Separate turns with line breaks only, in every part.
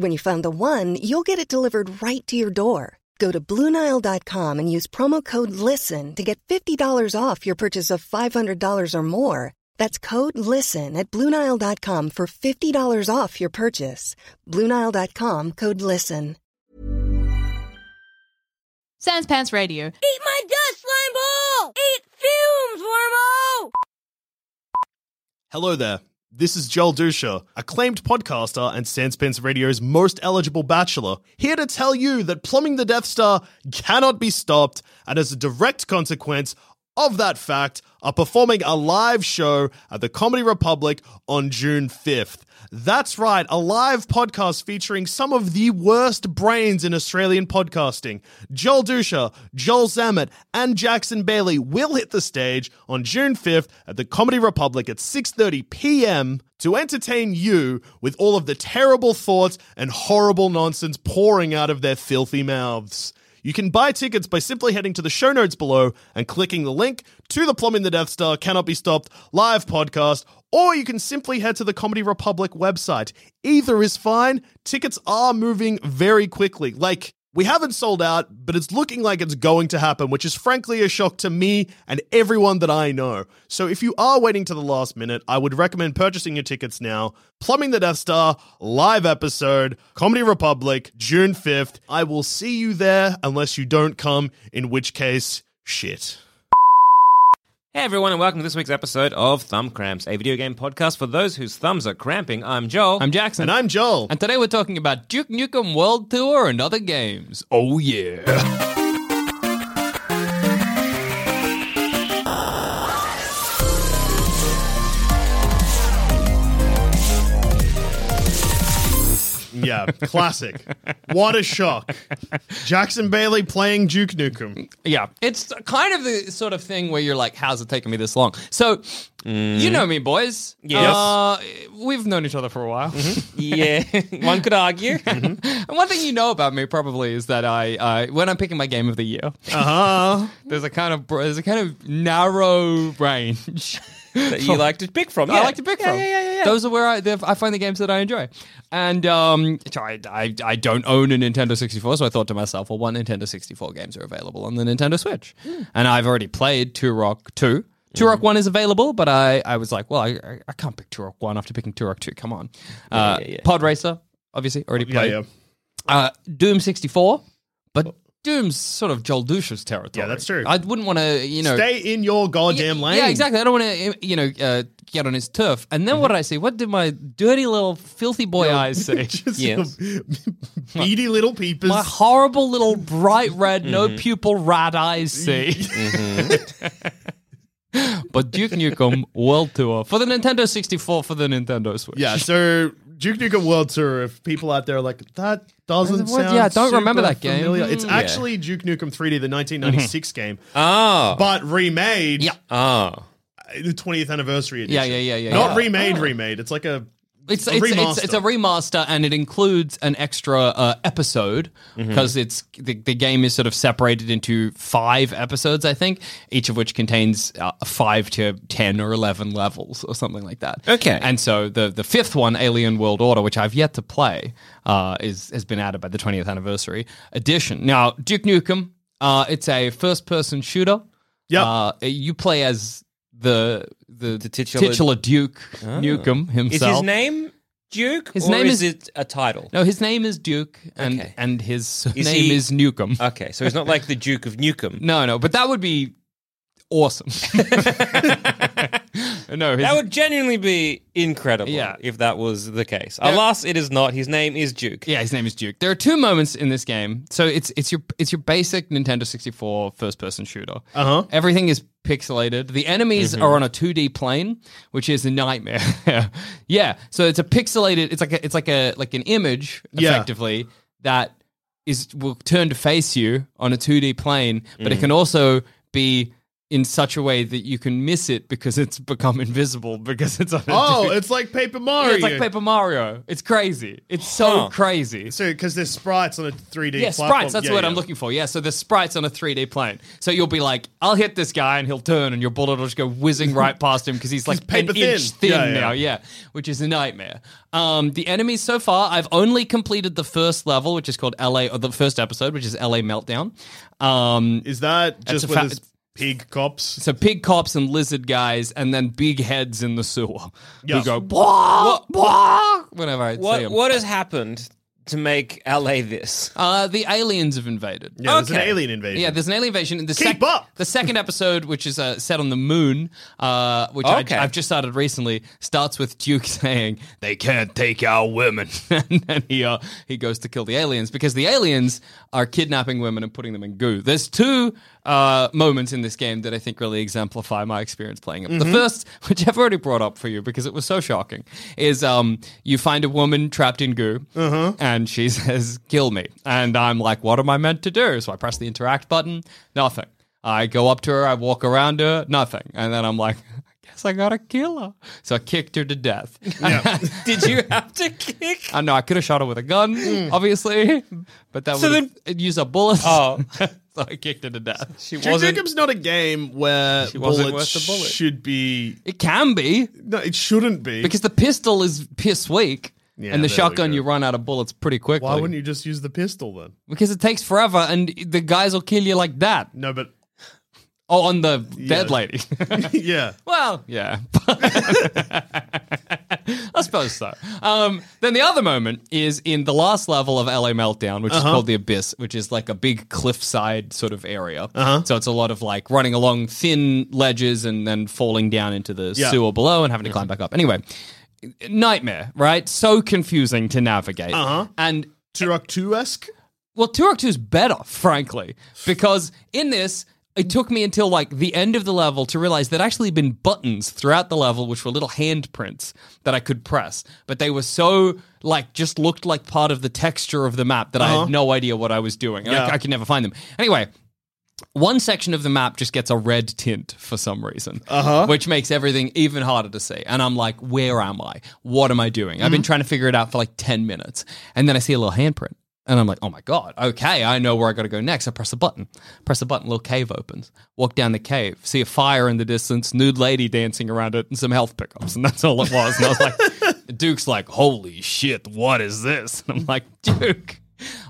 When you find the one, you'll get it delivered right to your door. Go to Bluenile.com and use promo code LISTEN to get $50 off your purchase of $500 or more. That's code LISTEN at Bluenile.com for $50 off your purchase. Bluenile.com code LISTEN.
Sans Pants Radio.
Eat my dust, slime ball! Eat fumes, wormo!
Hello there. This is Joel Dusha, acclaimed podcaster and Sanspence Radio's most eligible bachelor, here to tell you that plumbing the Death Star cannot be stopped, and as a direct consequence of that fact, are performing a live show at the Comedy Republic on June 5th. That's right, a live podcast featuring some of the worst brains in Australian podcasting. Joel Dusha, Joel Zammett, and Jackson Bailey will hit the stage on June 5th at the Comedy Republic at 6:30 p.m. to entertain you with all of the terrible thoughts and horrible nonsense pouring out of their filthy mouths. You can buy tickets by simply heading to the show notes below and clicking the link to the Plumbing the Death Star Cannot Be Stopped live podcast, or you can simply head to the Comedy Republic website. Either is fine. Tickets are moving very quickly. Like, we haven't sold out, but it's looking like it's going to happen, which is frankly a shock to me and everyone that I know. So if you are waiting to the last minute, I would recommend purchasing your tickets now. Plumbing the Death Star, live episode, Comedy Republic, June 5th. I will see you there unless you don't come, in which case, shit.
Hey everyone, and welcome to this week's episode of Thumb Cramps, a video game podcast for those whose thumbs are cramping. I'm Joel.
I'm Jackson.
And I'm Joel.
And today we're talking about Duke Nukem World Tour and other games. Oh, yeah.
Yeah, classic. what a shock. Jackson Bailey playing Duke Nukem.
Yeah. It's kind of the sort of thing where you're like, how's it taking me this long? So, you know me, boys.
Mm. Yes.
Uh, we've known each other for a while.
Mm-hmm. yeah, one could argue.
and one thing you know about me probably is that I, uh, when I'm picking my game of the year,
Uh-huh.
Uh huh.
there's a kind of br- there's a kind of narrow range.
that you like to pick from.
I like to pick
Yeah,
from.
Yeah, yeah, yeah.
Those are where I, they're- I find the games that I enjoy. And um, so I, I, I don't own a Nintendo 64, so I thought to myself, well, what Nintendo 64 games are available on the Nintendo Switch?
Hmm.
And I've already played Turok 2. Turok 1 is available, but I, I was like, well, I, I- I can't pick Turok 1 after picking Turok 2. Come on. Uh, Pod Racer, obviously, already
Yeah,
played.
yeah. Oh.
Uh, Doom 64, but Doom's sort of Joel Dusha's territory.
Yeah, that's true.
I wouldn't want to, you know.
Stay in your goddamn
Yeah,
lane.
Yeah, exactly. I don't want to, you know, uh, get on his turf. And then what did I see? What did my dirty little filthy boy eyes see?
Just
Yes.
your beady little peepers.
my horrible little bright red, no pupil rat eyes see. but Duke Nukem World Tour for the Nintendo 64 for the Nintendo Switch.
yeah, so Duke Nukem World Tour. If people out there are like that doesn't
What?
sound,
Yeah, I don't
super
remember that game.
familiar." It's
Hmm.
actually Duke Nukem 3D, the 1996 game,
Oh.
but remade.
Yeah.
Oh.
uh, the 20th anniversary edition.
Yeah, yeah, yeah, yeah,
Not
yeah. Oh.
remade, remade. It's like a.
It's
a
it's, it's
remaster.
it's a remaster and it includes an extra uh, episode
Mm-hmm.
because it's the, the game is sort of separated into five episodes I think each of which contains uh, five to ten or eleven levels or something like that.
Okay.
And so the the fifth one, Alien World Order, which I've yet to play, uh, is has been added by the 20th anniversary edition. Now Duke Nukem, uh, it's a first person shooter.
Oh.
Yep.
Uh, you play as the the, the
titular- Oh.
Duke Nukem
Is
himself.
his name Duke?
His
or
name
is,
is-
it a title?
No, his name is Duke, and
Okay.
and his
Is
name
he-
is Nukem.
Okay, so he's not like the Duke of Nukem.
no, no, but that would be awesome. no, his,
That would genuinely be incredible
Yeah.
if that was the case.
There-
Alas, it is not. His name is Duke.
yeah, his name is Duke. There are two moments in this game. So it's it's your it's your basic Nintendo 64 first person shooter.
Uh-huh. Mm-hmm.
Everything is pixelated. The enemies are on a 2D plane, which is a nightmare. yeah. So it's a pixelated it's like a, it's like a like an image
Yeah.
effectively that is will turn to face you on a 2D plane, but
Mm.
it can also be in such a way that you can miss it because it's become invisible because it's on a
Oh,
2D
it's like Paper
Yeah,
Mario.
it's like Paper Mario. It's crazy. It's so
Huh.
crazy.
So, because there's sprites on a 3D.
Yeah,
platform.
sprites. That's
Yeah,
what
yeah.
I'm looking for. Yeah, so there's sprites on a 3D plane. So you'll be like, I'll hit this guy and he'll turn and your bullet will just go whizzing right past him because he's like
paper
an
thin.
inch thin
Yeah, yeah.
now. Yeah, which is a nightmare. Um, the enemies so far, I've only completed the first level, which is called LA, or the first episode, which is LA Meltdown. Um,
Is that
That's
just
a
with
fa-
his pig cops?
so pig cops and lizard guys, and then big heads in the sewer
Yeah.
who go blah blah whenever I see
What
them.
what has happened to make LA this?
Uh, the aliens have invaded.
Yeah, there's an
Okay.
alien invasion.
Yeah, there's an alien invasion. The
Keep up!
The second episode, which is uh, set on the moon, uh, which
Okay.
I, I've just started recently, starts with Duke saying they can't take our women, and then he uh, he goes to kill the aliens because the aliens are kidnapping women and putting them in goo. There's two uh, moments in this game that I think really exemplify my experience playing it. The first, which I've already brought up for you because it was so shocking, is um, you find a woman trapped in goo, and she says, "Kill me," and I'm like, "What am I meant to do?" So I press the interact button. Nothing. I go up to her, I walk around her, nothing. And then I'm like, I guess I gotta kill her. So I kicked her to death.
Did you have to kick?
I know I could have shot her with a
Mm.
gun, obviously, but that
So
would use a bullet.
Oh.
so I kicked her to death.
She
Duke
wasn't.
Jacob's not a game where
wasn't
bullets
worth the bullet.
should be.
It can be
No, it shouldn't be.
because the pistol is piss weak.
Yeah,
and
there we
the shotgun,
go.
you run out of bullets pretty quickly.
why wouldn't you just use the pistol then?
Because it takes forever, and the guys will kill you like that.
No, but
Oh, on the dead
Yeah.
lady.
yeah.
Well, yeah. I suppose so. Um, then the other moment is in the last level of LA Meltdown, which is
Uh-huh.
called the Abyss, which is like a big cliffside sort of area.
Uh-huh.
So it's a lot of like running along thin ledges and then falling down into the
Yeah.
sewer below and having to climb back up. Anyway, nightmare, right? So confusing to navigate. Uh-huh. And
Turok 2 esque?
well, Turok 2 is better, frankly, because in this, it took me until like the end of the level to realize there'd actually been buttons throughout the level, which were little handprints that I could press, but they were so like just looked like part of the texture of the map that I had no idea what I was doing. and I,
Yeah.
I could never find them. Anyway, one section of the map just gets a red tint for some reason, uh-huh. which makes everything even harder to see. And I'm like, where am I? What am I doing? I've been trying to figure it out for like 10 minutes. And then I see a little handprint. And I'm like, oh my God, okay, I know where I gotta go next. I press a button, press a button, little cave opens. Walk down the cave, see a fire in the distance, nude lady dancing around it, and some health pickups. And that's all it was. And I was like, Duke's like, holy shit, what is this? And I'm like, Duke,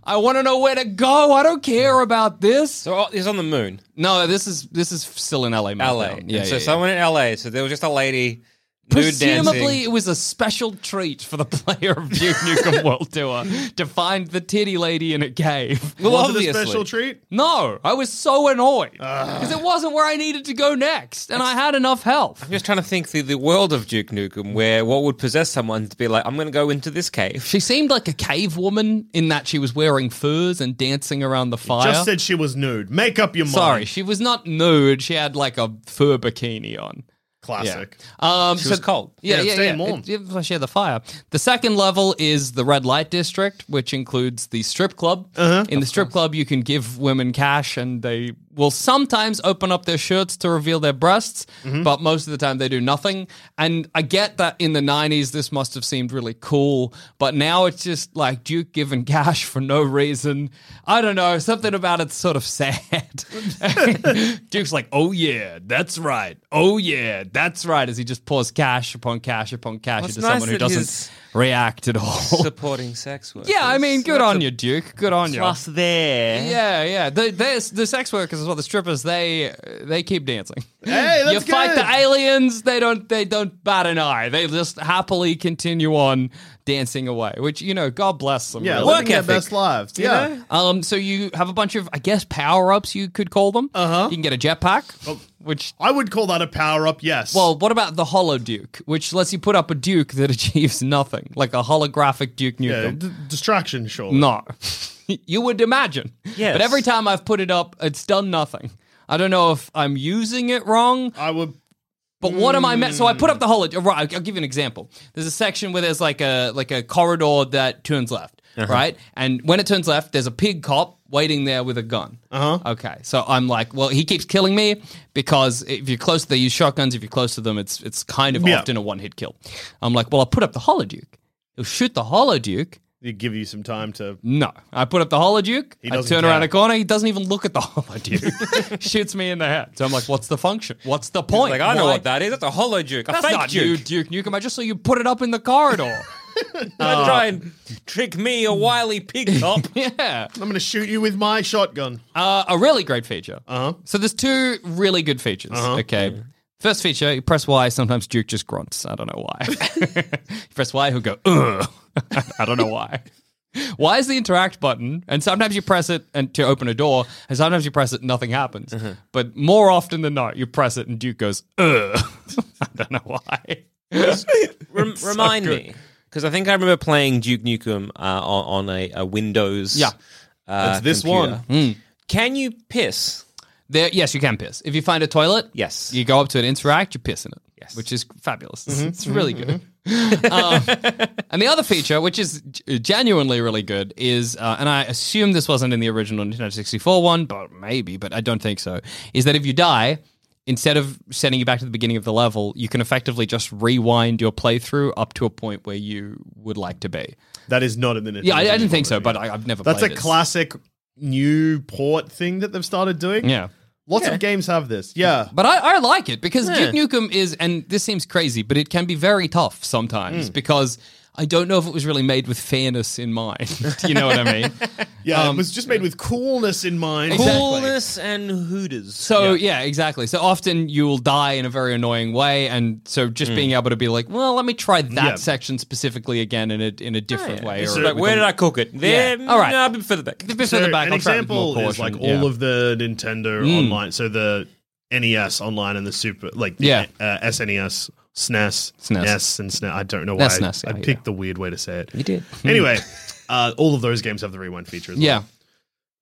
I wanna know where to go. I don't care about this.
So oh, he's on the moon,
No, this is this is still in LA.
LA.
Meltdown.
And
yeah.
so
yeah,
someone in LA. So there was just a lady.
yeah.
Nude
Presumably,
dancing.
it was a special treat for the player of Duke Nukem World Tour to find the titty lady in a cave.
Well,
Was it a
obviously.
special treat?
No, I was so annoyed because it wasn't where I needed to go next, and I had enough health.
I'm just trying to think through the world of Duke Nukem, where what would possess someone to be like, I'm going to go into this cave.
She seemed like a cave woman in that she was wearing furs and dancing around the fire.
Just said she was nude. Make up your mind.
Sorry, she was not nude. She had like a fur bikini on.
Classic.
Um,
She was cold.
Yeah,
Yeah,
yeah,
stay
yeah.
warm.
It- it- plus, yeah, the fire. The second level is the red light district, which includes the strip club. In the strip club, you can give women cash, and they will sometimes open up their shirts to reveal their breasts, but most of the time they do nothing. And I get that in the '90s, this must have seemed really cool, but now it's just like Duke giving cash for no reason. I don't know. Something about it's sort of sad. Duke's like, oh yeah, that's right. Oh yeah, that's right. As he just pours cash upon cash upon cash
Well, it's
into
nice
someone who
that
doesn't
his-
react at all.
supporting sex work.
Yeah, I mean, good on you, Duke. Good on you.
Plus, there.
Yeah, yeah. The, there's the sex workers as well. The strippers, they they keep dancing.
Hey, that's
you fight
good.
the aliens. They don't they don't bat an eye. They just happily continue on dancing away. Which you know, God bless them.
Yeah,
really.
living their best lives. Yeah.
Um, so you have a bunch of, I guess, power ups. You could call them. Uh
Uh-huh.
huh. You can get a jetpack,
Oh.
which.
I would call that a power up, yes.
Well, what about the Hollow Duke, which lets you put up a Duke that achieves nothing, like a holographic Duke
yeah,
Nukem?
d- distraction, sure.
No, you would imagine.
Yes.
But every time I've put it up, it's done nothing. I don't know if I'm using it wrong,
I would.
but what am I meant? So I put up the whole. Right, I'll- I'll give you an example. There's a section where there's like a like a corridor that turns left, right? And when it turns left, there's a pig cop waiting there with a gun. Uh huh. Okay, so I'm like, well, he keeps killing me because if you're close, they use shotguns. If you're close to them, it's it's kind of
Yeah.
often a one hit kill. I'm like, well, I'll put up the Holoduke. He'll shoot the Holoduke.
It'd give you some time to.
No, I put up the holoduke.
He
I
doesn't
turn around
care.
a corner. He doesn't even look at the holoduke. Shoots me in the head. So I'm like, "What's the function? What's the point?"
Like, I know
Why-
what that is. That's a hollow duke. A
That's
fake
not
duke.
you, Duke Nukem. I just saw you put it up in the corridor.
Don't try and trick me, a wily pig cop.
yeah,
I'm going to shoot you with my shotgun.
uh, a really great feature. Uh-huh. So there's two really good features. Okay. First feature, you press Y. Sometimes Duke just grunts. I don't know why. you press Y, he'll go. Ugh. I don't know why. Why is the interact button? And sometimes you press it and to open a door, and sometimes you press it and nothing happens. But more often than not, you press it and Duke goes, ugh. I don't know why.
Rem- remind me, because I think I remember playing Duke Nukem uh, on, on a, a Windows.
Yeah.
uh,
It's this Hmm.
computer. Can you piss?
There, yes, you can piss. If you find a toilet,
Yes.
you go up to it, interact, you piss in it, yes, Mm-hmm. which is fabulous. It's- It's really good. Um, and the other feature, which is g- genuinely really good, is uh, and I assume this wasn't in the original Nintendo 64 one, but maybe, but I don't think so. Is that if you die, instead of sending you back to the beginning of the level, you can effectively just rewind your playthrough up to a point where you would like to be.
That is not in the Nintendo.
Yeah, I, I didn't think so,
version.
but I, I've never.
That's a
played it.
classic new port thing that they've started doing.
Yeah.
Lots of games have this. Yeah.
But I, I like it because Duke Nukem is, and this seems crazy, but it can be very tough
Hmm.
sometimes because I don't know if it was really made with fairness in mind. you know what I mean?
Yeah, it was just made with coolness in mind.
Um, Exactly.
Coolness and hooters.
So yeah. exactly. So often you will die in a very annoying way, and so just
Hmm.
being able to be like, well, let me try that
Yeah.
section specifically again in a in
Oh,
a different way.
It's
or
like,
with
Where
a-
did I cook it? There.
Yeah. All right.
No, I've been further back.
a bit
So
further back?
an
I'll try it with more
example is like
caution.
all
Yeah. Mm.
of the Nintendo online, so the NES online and the Super, like the,
Yeah. E
uh, SNES, SNES,
SNES.
NES, E and SNES. I don't know why
That's SNES,
I,
E yeah,
I
yeah.
picked the weird way to say it. You did. Anyway, uh, all of those games have the rewind feature. As
yeah.
well.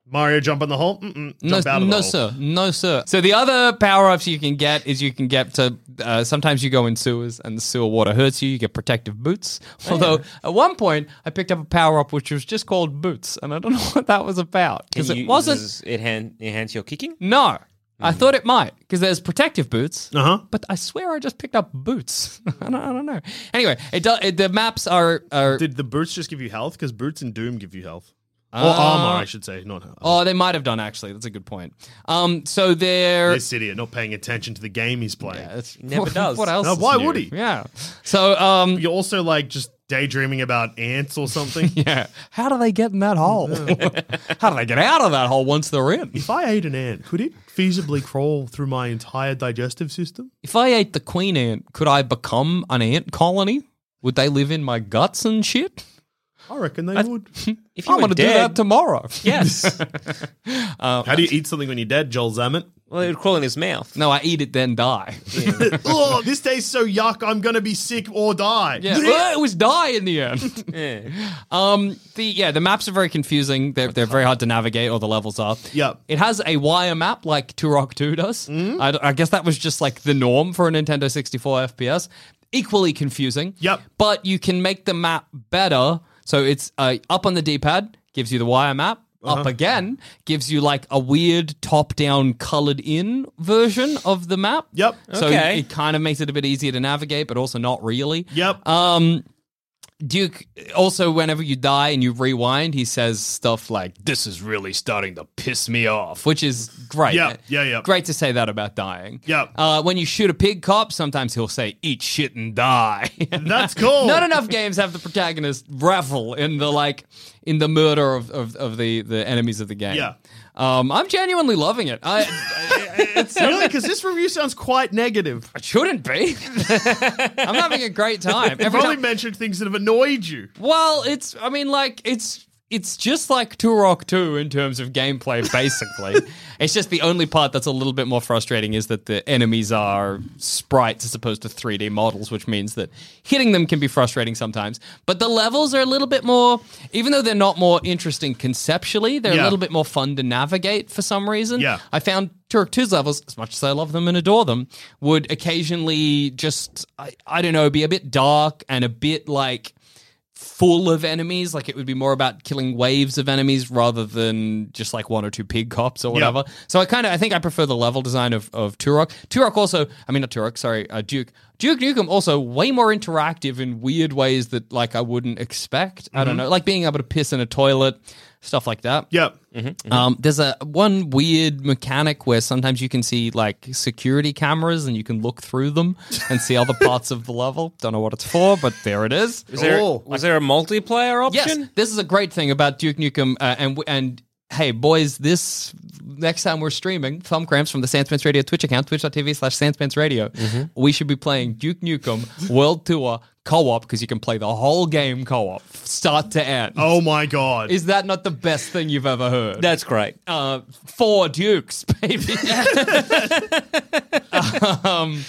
Mario jump on the hole. Mm-mm,
No,
jump out of the
no
hole.
sir, no sir. So the other power ups you can get is you can get to. Uh, sometimes you go in sewers and the sewer water hurts you. You get protective boots.
Oh,
Although at one point I picked up a power up which was just called boots, and I don't know what that was about because
Can
it
you-
wasn't.
does It han- enhance your kicking.
No, I thought it might because there's protective boots.
Hmm. Uh-huh.
But I swear I just picked up boots. I, don't, I don't know. Anyway, it, do, it the maps are are.
Did the boots just give you health? Because boots and Doom give you health. or
Uh,
armor, I should say, not health.
Oh, they might have done actually. That's a good point. Um, so they're
this idiot not paying attention to the game he's playing.
That's-
Never
what,
does.
What else?
Now,
is
why
new?
would he?
Yeah. So, um,
You're also like just daydreaming about ants or something.
yeah. How do they get in that hole? How do they get out of that hole once they're in?
If I ate an ant, could it feasibly crawl through my entire digestive system?
If I ate the queen ant, could I become an ant colony? Would they live in my guts and shit?
I reckon they would.
If
I'm
were
going to do
dead-
that tomorrow.
Yes.
Oh,
How do you eat something when you're dead, Joel Zammit?
well, it would crawl in his mouth.
No, I eat it then die.
oh, this tastes so yuck. I'm gonna be sick or die.
Yeah, well, it was die in the end. Um, the yeah, the maps are very confusing. They're, they're very hard to navigate, or the levels are.
Yep. Mm-hmm.
it has a wire map like Turok Two does. I, d- I guess that was just like the norm for a Nintendo sixty four FPS. Equally confusing.
Yep.
but you can make the map better. So it's uh, up on the D pad gives you the wire map.
Uh-huh.
Up again gives you like a weird top down colored in version of the map.
Yep.
So
Okay.
Uh, it kind of makes it a bit easier to navigate, but also not really.
Yep.
Um, Duke also, whenever you die and you rewind, he says stuff like, This is really starting to piss me off, which is great.
Yeah, yeah, yeah.
Great to say that about dying.
Yeah.
Uh, when you shoot a pig cop, sometimes he'll say, Eat shit and die.
That's cool.
Not enough games have the protagonist revel in the like in the murder of, of, of the, the enemies of the game.
Yeah.
Um, I'm genuinely loving it. I, I- it's,
Really? Because this review sounds quite negative.
it shouldn't be. I'm having a great time.
They've
Every
only
time-
mentioned things that have annoyed you.
Well, it's I mean like it's it's just like Turok 2 in terms of gameplay basically. it's just the only part that's a little bit more frustrating is that the enemies are sprites as opposed to 3D models, which means that hitting them can be frustrating sometimes. But the levels are a little bit more even though they're not more interesting conceptually, they're
Yeah.
a little bit more fun to navigate for some reason.
Yeah.
I found Turok 2's levels, as much as I love them and adore them, would occasionally just, I, I don't know, be a bit dark and a bit like full of enemies. Like it would be more about killing waves of enemies rather than just like one or two pig cops or whatever. So I kind of, I think I prefer the level design of, of Turok. Turok also, I mean, not Turok, sorry, uh, Duke. Duke Nukem also way more interactive in weird ways that like I wouldn't expect. I don't know, like being able to piss in a toilet, stuff like that.
Mm-hmm. Yeah. Mm-hmm.
Um, there's a one weird mechanic where sometimes you can see like security cameras and you can look through them and see other parts of the level. Don't know what it's for, but there it is.
Was there,
Oh.
was there a multiplayer option?
Yes, this is a great thing about Duke Nukem. Uh, and and hey, boys, this next time we're streaming Thumb Cramps from the Sandspence Radio Twitch account, twitch.tv slash Sandspence Radio,
Mm-hmm.
we should be playing Duke Nukem World Tour co op because you can play the whole game co op, start to end.
Oh my god.
Is that not the best thing you've ever heard?
That's great.
uh, four dukes, baby. um,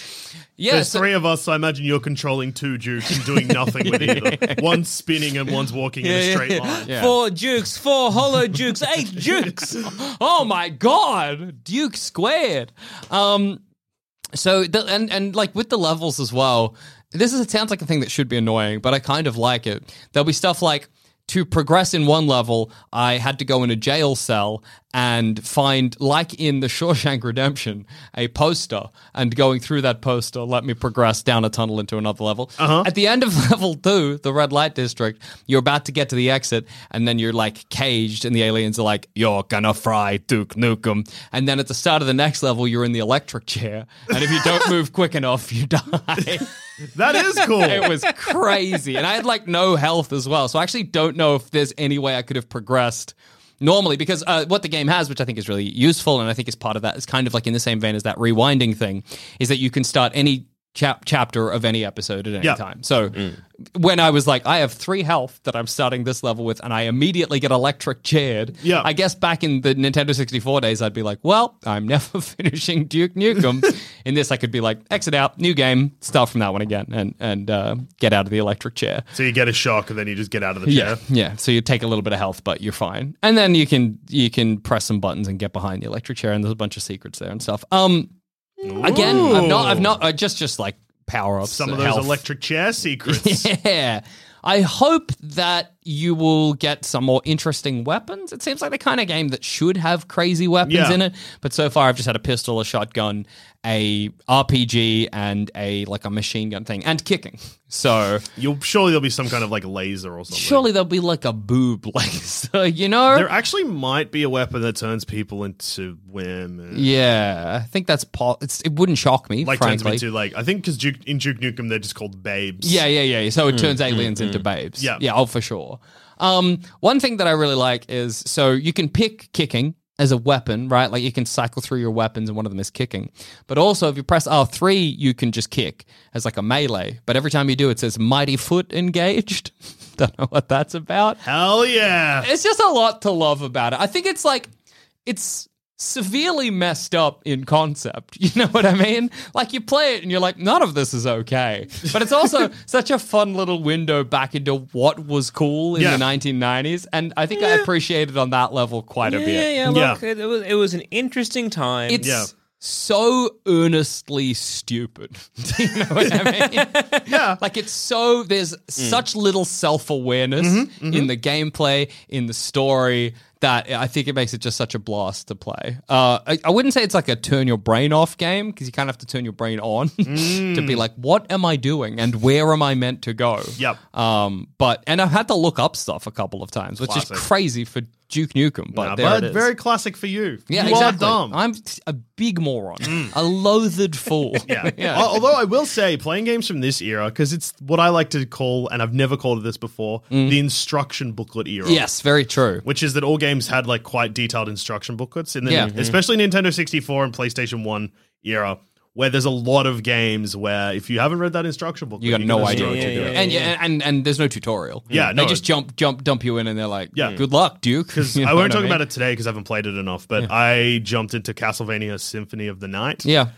yeah,
There's
so-
three of us, so I imagine you're controlling two dukes and doing nothing with either. One's spinning and one's walking in a straight line.
yeah.
Four dukes, four hollow dukes, eight dukes.
oh my god, Duke squared. Um, so the, and and like with the levels as well. This is it sounds like a thing that should be annoying, but I kind of like it. There'll be stuff like to progress in one level, I had to go in a jail cell and find, like in the Shawshank Redemption, a poster. And going through that poster let me progress down a tunnel into another level. At the end of level two, the red light district, you're about to get to the exit, and then you're like caged, and the aliens are like, You're gonna fry Duke Nukem. And then at the start of the next level, you're in the electric chair. And if you don't move quick enough, you die.
That is cool.
It was crazy. And I had like no health as well. So I actually don't know if there's any way I could have progressed normally because uh, what the game has, which I think is really useful and I think is part of that, is kind of like in the same vein as that rewinding thing, is that you can start any. Chap- chapter of any episode at any
Yeah.
time. So when I was like, I have three health that I'm starting this level with, and I immediately get electric chaired.
Yeah.
I guess back in the Nintendo 64 days, I'd be like, well, I'm never finishing Duke Nukem. in this, I could be like, exit out, new game, start from that one again, and and uh, get out of the electric chair.
so you get a shock and then you just get out of the chair.
yeah. So you take a little bit of health, but you're fine, and then you can you can press some buttons and get behind the electric chair, and there's a bunch of secrets there and stuff. Um, again, I've not, I've not, I just just like uh, power ups.
Some of those electric chair secrets.
Yeah. I hope that you will get some more interesting weapons. It seems like the kind of game that should have crazy weapons
Yeah.
in it, but so far I've just had a pistol, a shotgun, a RPG, and a like a machine gun thing, and kicking. So
You'll surely there'll be some kind of like laser or something.
surely there'll be like a boob laser, you know?
There actually might be a weapon that turns people into women.
yeah, I think that's po- it's, it wouldn't shock me,
Like turns them
frankly.
into like I think because Duke, in Duke Nukem they're just called babes. Mm,
Yeah, yeah, yeah. So it turns aliens into babes.
Yeah.
Yeah, oh, for sure. Um, one thing that I really like is so you can pick kicking as a weapon, right? Like you can cycle through your weapons and one of them is kicking. But also, if you press R3, you can just kick as like a melee. But every time you do, it says mighty foot engaged. Don't know what that's about
Hell yeah.
it's just a lot to love about it. I think it's like it's severely messed up in concept. You know what I mean? Like you play it and you're like, none of this is okay. But it's also such a fun little window back into what was cool in
Yeah.
the 1990s, and I think I appreciate it on that level quite a bit.
Yeah, yeah,
Yeah.
look, It, it was, it was an interesting time.
It's
Yeah.
so earnestly stupid. Do you know what I mean? yeah. Like it's so
Mm. Mm-hmm,
there's such little self awareness in the gameplay, in the story. that, I think it makes it just such a blast to play. Uh, I, I wouldn't say it's like a turn your brain off game because you kind of have to turn your brain on
Mm.
to be like, what am I doing and where am I meant to go?
Yep.
Um, but and I've had to look up stuff a couple of times, which
Classic.
is crazy for Duke Nukem. But
Nah,
there
but
it is.
very classic for you.
yeah,
you
exactly.
are dumb.
I'm a big moron, a loathed fool.
Mm. yeah. Al- Although I will say, playing games from this era, because it's what I like to call, and I've never called it this before, the instruction booklet era.
Mm. Yes, very true.
Which is that all games had like quite detailed instruction booklets, and then
Yeah. Mhm.
especially Nintendo 64 and PlayStation 1 era, where there's a lot of games where if you haven't read that instruction booklet,
You got
you
no
don't
idea
know
what
what
you're
to do.
doing, and yeah, and and there's no tutorial.
Yeah,
they
no.
just jump, jump, dump you in, and they're like,
Yeah.
good luck, Duke."
Because
You know
I
what
won't talk
mean?
about it today because I haven't played it enough, but I jumped into Castlevania Symphony of the Night.
Yeah,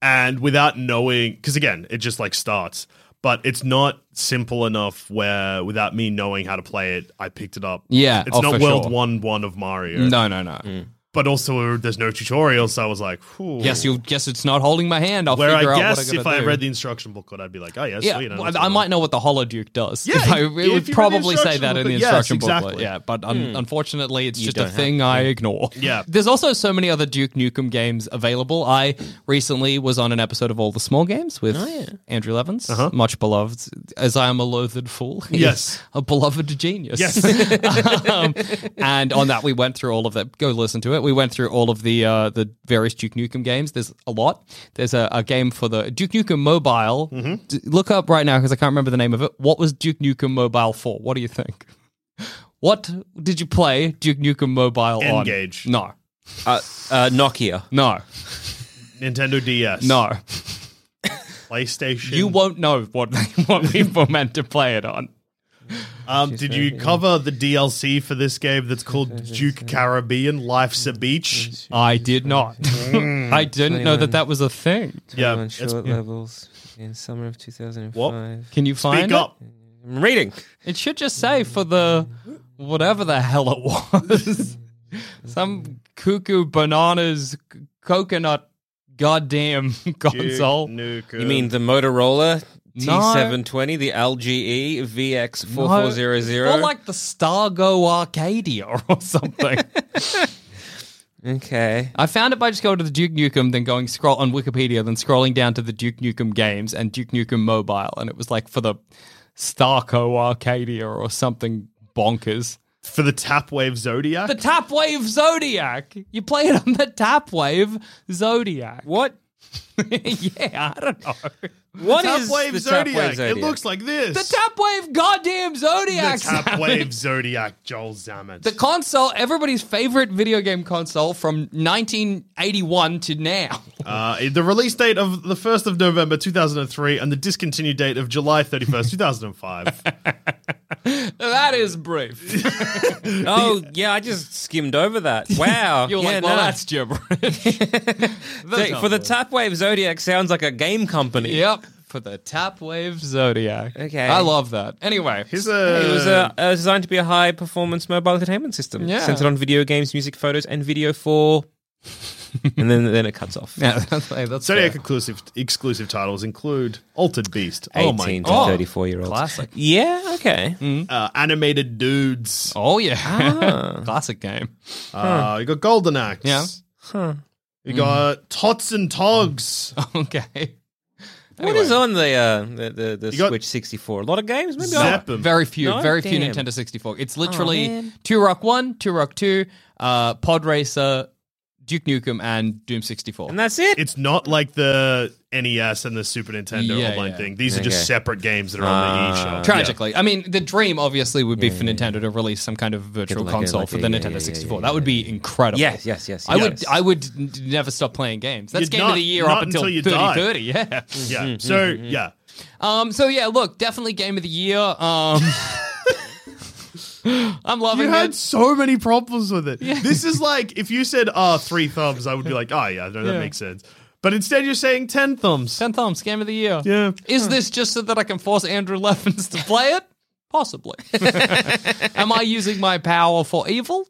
and without knowing because again it just like starts but it's not simple enough where without me knowing how to play it i picked it up
Yeah,
it's
oh,
not
for
world
sure.
one one of mario
no, no, no.
but also there's no tutorial so i was like Whew.
Guess you guess it's not holding my hand. I'll
where i
figure out
guess
what I
if i read the instruction booklet i'd be like oh yeah,
yeah,
sweet,
well, I might know what the Hollow Duke does.
Yeah,
if I,
if-
it
if you read
would
the
probably say
instruction
that in the
booklet, yes,
instruction booklet.
exactly. Hmm.
Yeah, but un- unfortunately, it's just a
don't have
thing I ignore.
Yeah.
there's also so many other Duke Nukem games available. I recently was on an episode of All the Small Games with
Oh,
Andrew Levins, much beloved, as I am a loathed fool. He is
Uh-huh. Yes.
a beloved genius.
Yes.
um, and on that, we went through all of that. Go listen to it. We went through all of the uh, the various Duke Nukem games. There's a lot. There's a, a game for the Duke Nukem Mobile.
Mm-hmm.
D- look up right now because I can't remember the name of it. What was Duke Nukem Mobile for? What do you think? What did you play Duke Nukem Mobile on?
N-Gage.
No,
Uh, uh, Nokia.
no,
nintendo ds
no.
playstation
You won't know what what people meant to play it on.
um did you cover the dlc for this game that's called duke caribbean life's a beach
I did not.
Mm.
I didn't know that that was a thing.
yeah
21
it's-
short levels in summer of 2005.
Can you find
speak
it?
up
I'm reading.
It should just say for the whatever the hell it was. Some cuckoo bananas c- coconut goddamn console.
Nukem.
You mean the Motorola
No.
T720, the E LGE VX4400?
Or like the Stargo Arcadia or something.
okay.
I found it by just going to the Duke Nukem, then going scroll on Wikipedia, then scrolling down to the Duke Nukem games and Duke Nukem Mobile, and it was like for the Starco Arcadia or something bonkers.
for the tap wave zodiac
The Tap Wave Zodiac. You play it on the Tap Wave Zodiac.
What?
yeah, I don't know.
What
Tap
is
Wave
the
Zodiac.
Tap Wave Zodiac?
It looks like this.
The Tap Wave goddamn Zodiac.
The Tap
sound.
Wave Zodiac, Joel Zammett.
The console, everybody's favorite video game console from 1981 to now.
uh, the release date of the 1st of November 2003 and the discontinued date of July 31st, 2005.
That is brief.
Oh, yeah, I just skimmed over that. Wow.
You're
yeah,
like, well,
no.
that's gibberish.
They- for the Tap Wave Zodiac sounds like a game company.
yep, for the Tap Wave Zodiac.
Okay.
I love that. Anyway,
Here's a,
It was uh, uh, designed to be a high performance mobile entertainment system
Yeah.
centered on video games, music, photos, and video for. and then then it cuts off.
yeah, that's, hey, that's
Zodiac
fair.
exclusive, exclusive titles include Altered Beast, oh
18
my
to
god,
34 year olds.
Classic. Mm.
Yeah, okay.
uh, Animated Dudes,
Oh, yeah. Classic game.
uh, you got Golden Axe,
Yeah.
you got Tots and Togs,
Okay.
What is on the uh, the, the, the
got-
Switch 64? A lot of games? Maybe I-
Zap 'em.
Very few,
No?
very few
Damn. Oh,
Nintendo 64. It's literally Two Rock 1, Two Rock 2, uh, Pod Racer, Duke Nukem, and Doom 64.
And that's it?
It's not like the NES and the Super Nintendo
Yeah,
online
yeah. Ah.
thing. These are just
Okay.
separate games that are on the
Uh,
eShop.
Tragically, I mean, the dream obviously would be for Nintendo to release some kind of virtual
like a-
console
like
for
a-
the
yeah, yeah,
Nintendo
yeah,
64.
yeah,
that would be incredible.
Yes, yes, yes,
I would,
yes.
I would n- never stop playing games. That's
You'd
game
not-
of the year
not
up until,
until you
30,
die.
30, Yeah.
Yeah.
Mm-hmm.
Yeah. So yeah.
Um. So yeah, look, definitely game of the year. Um. I'm loving
You had
it.
so many problems with it. This is like if you said "ah three thumbs, I would be like, oh yeah, no, that
Yeah.
makes sense. But instead, you're saying ten thumbs.
Ten thumbs, game of the year.
Yeah.
Is this just so that I can force Andrew Leffens to play it? Possibly. Am I using my power for evil?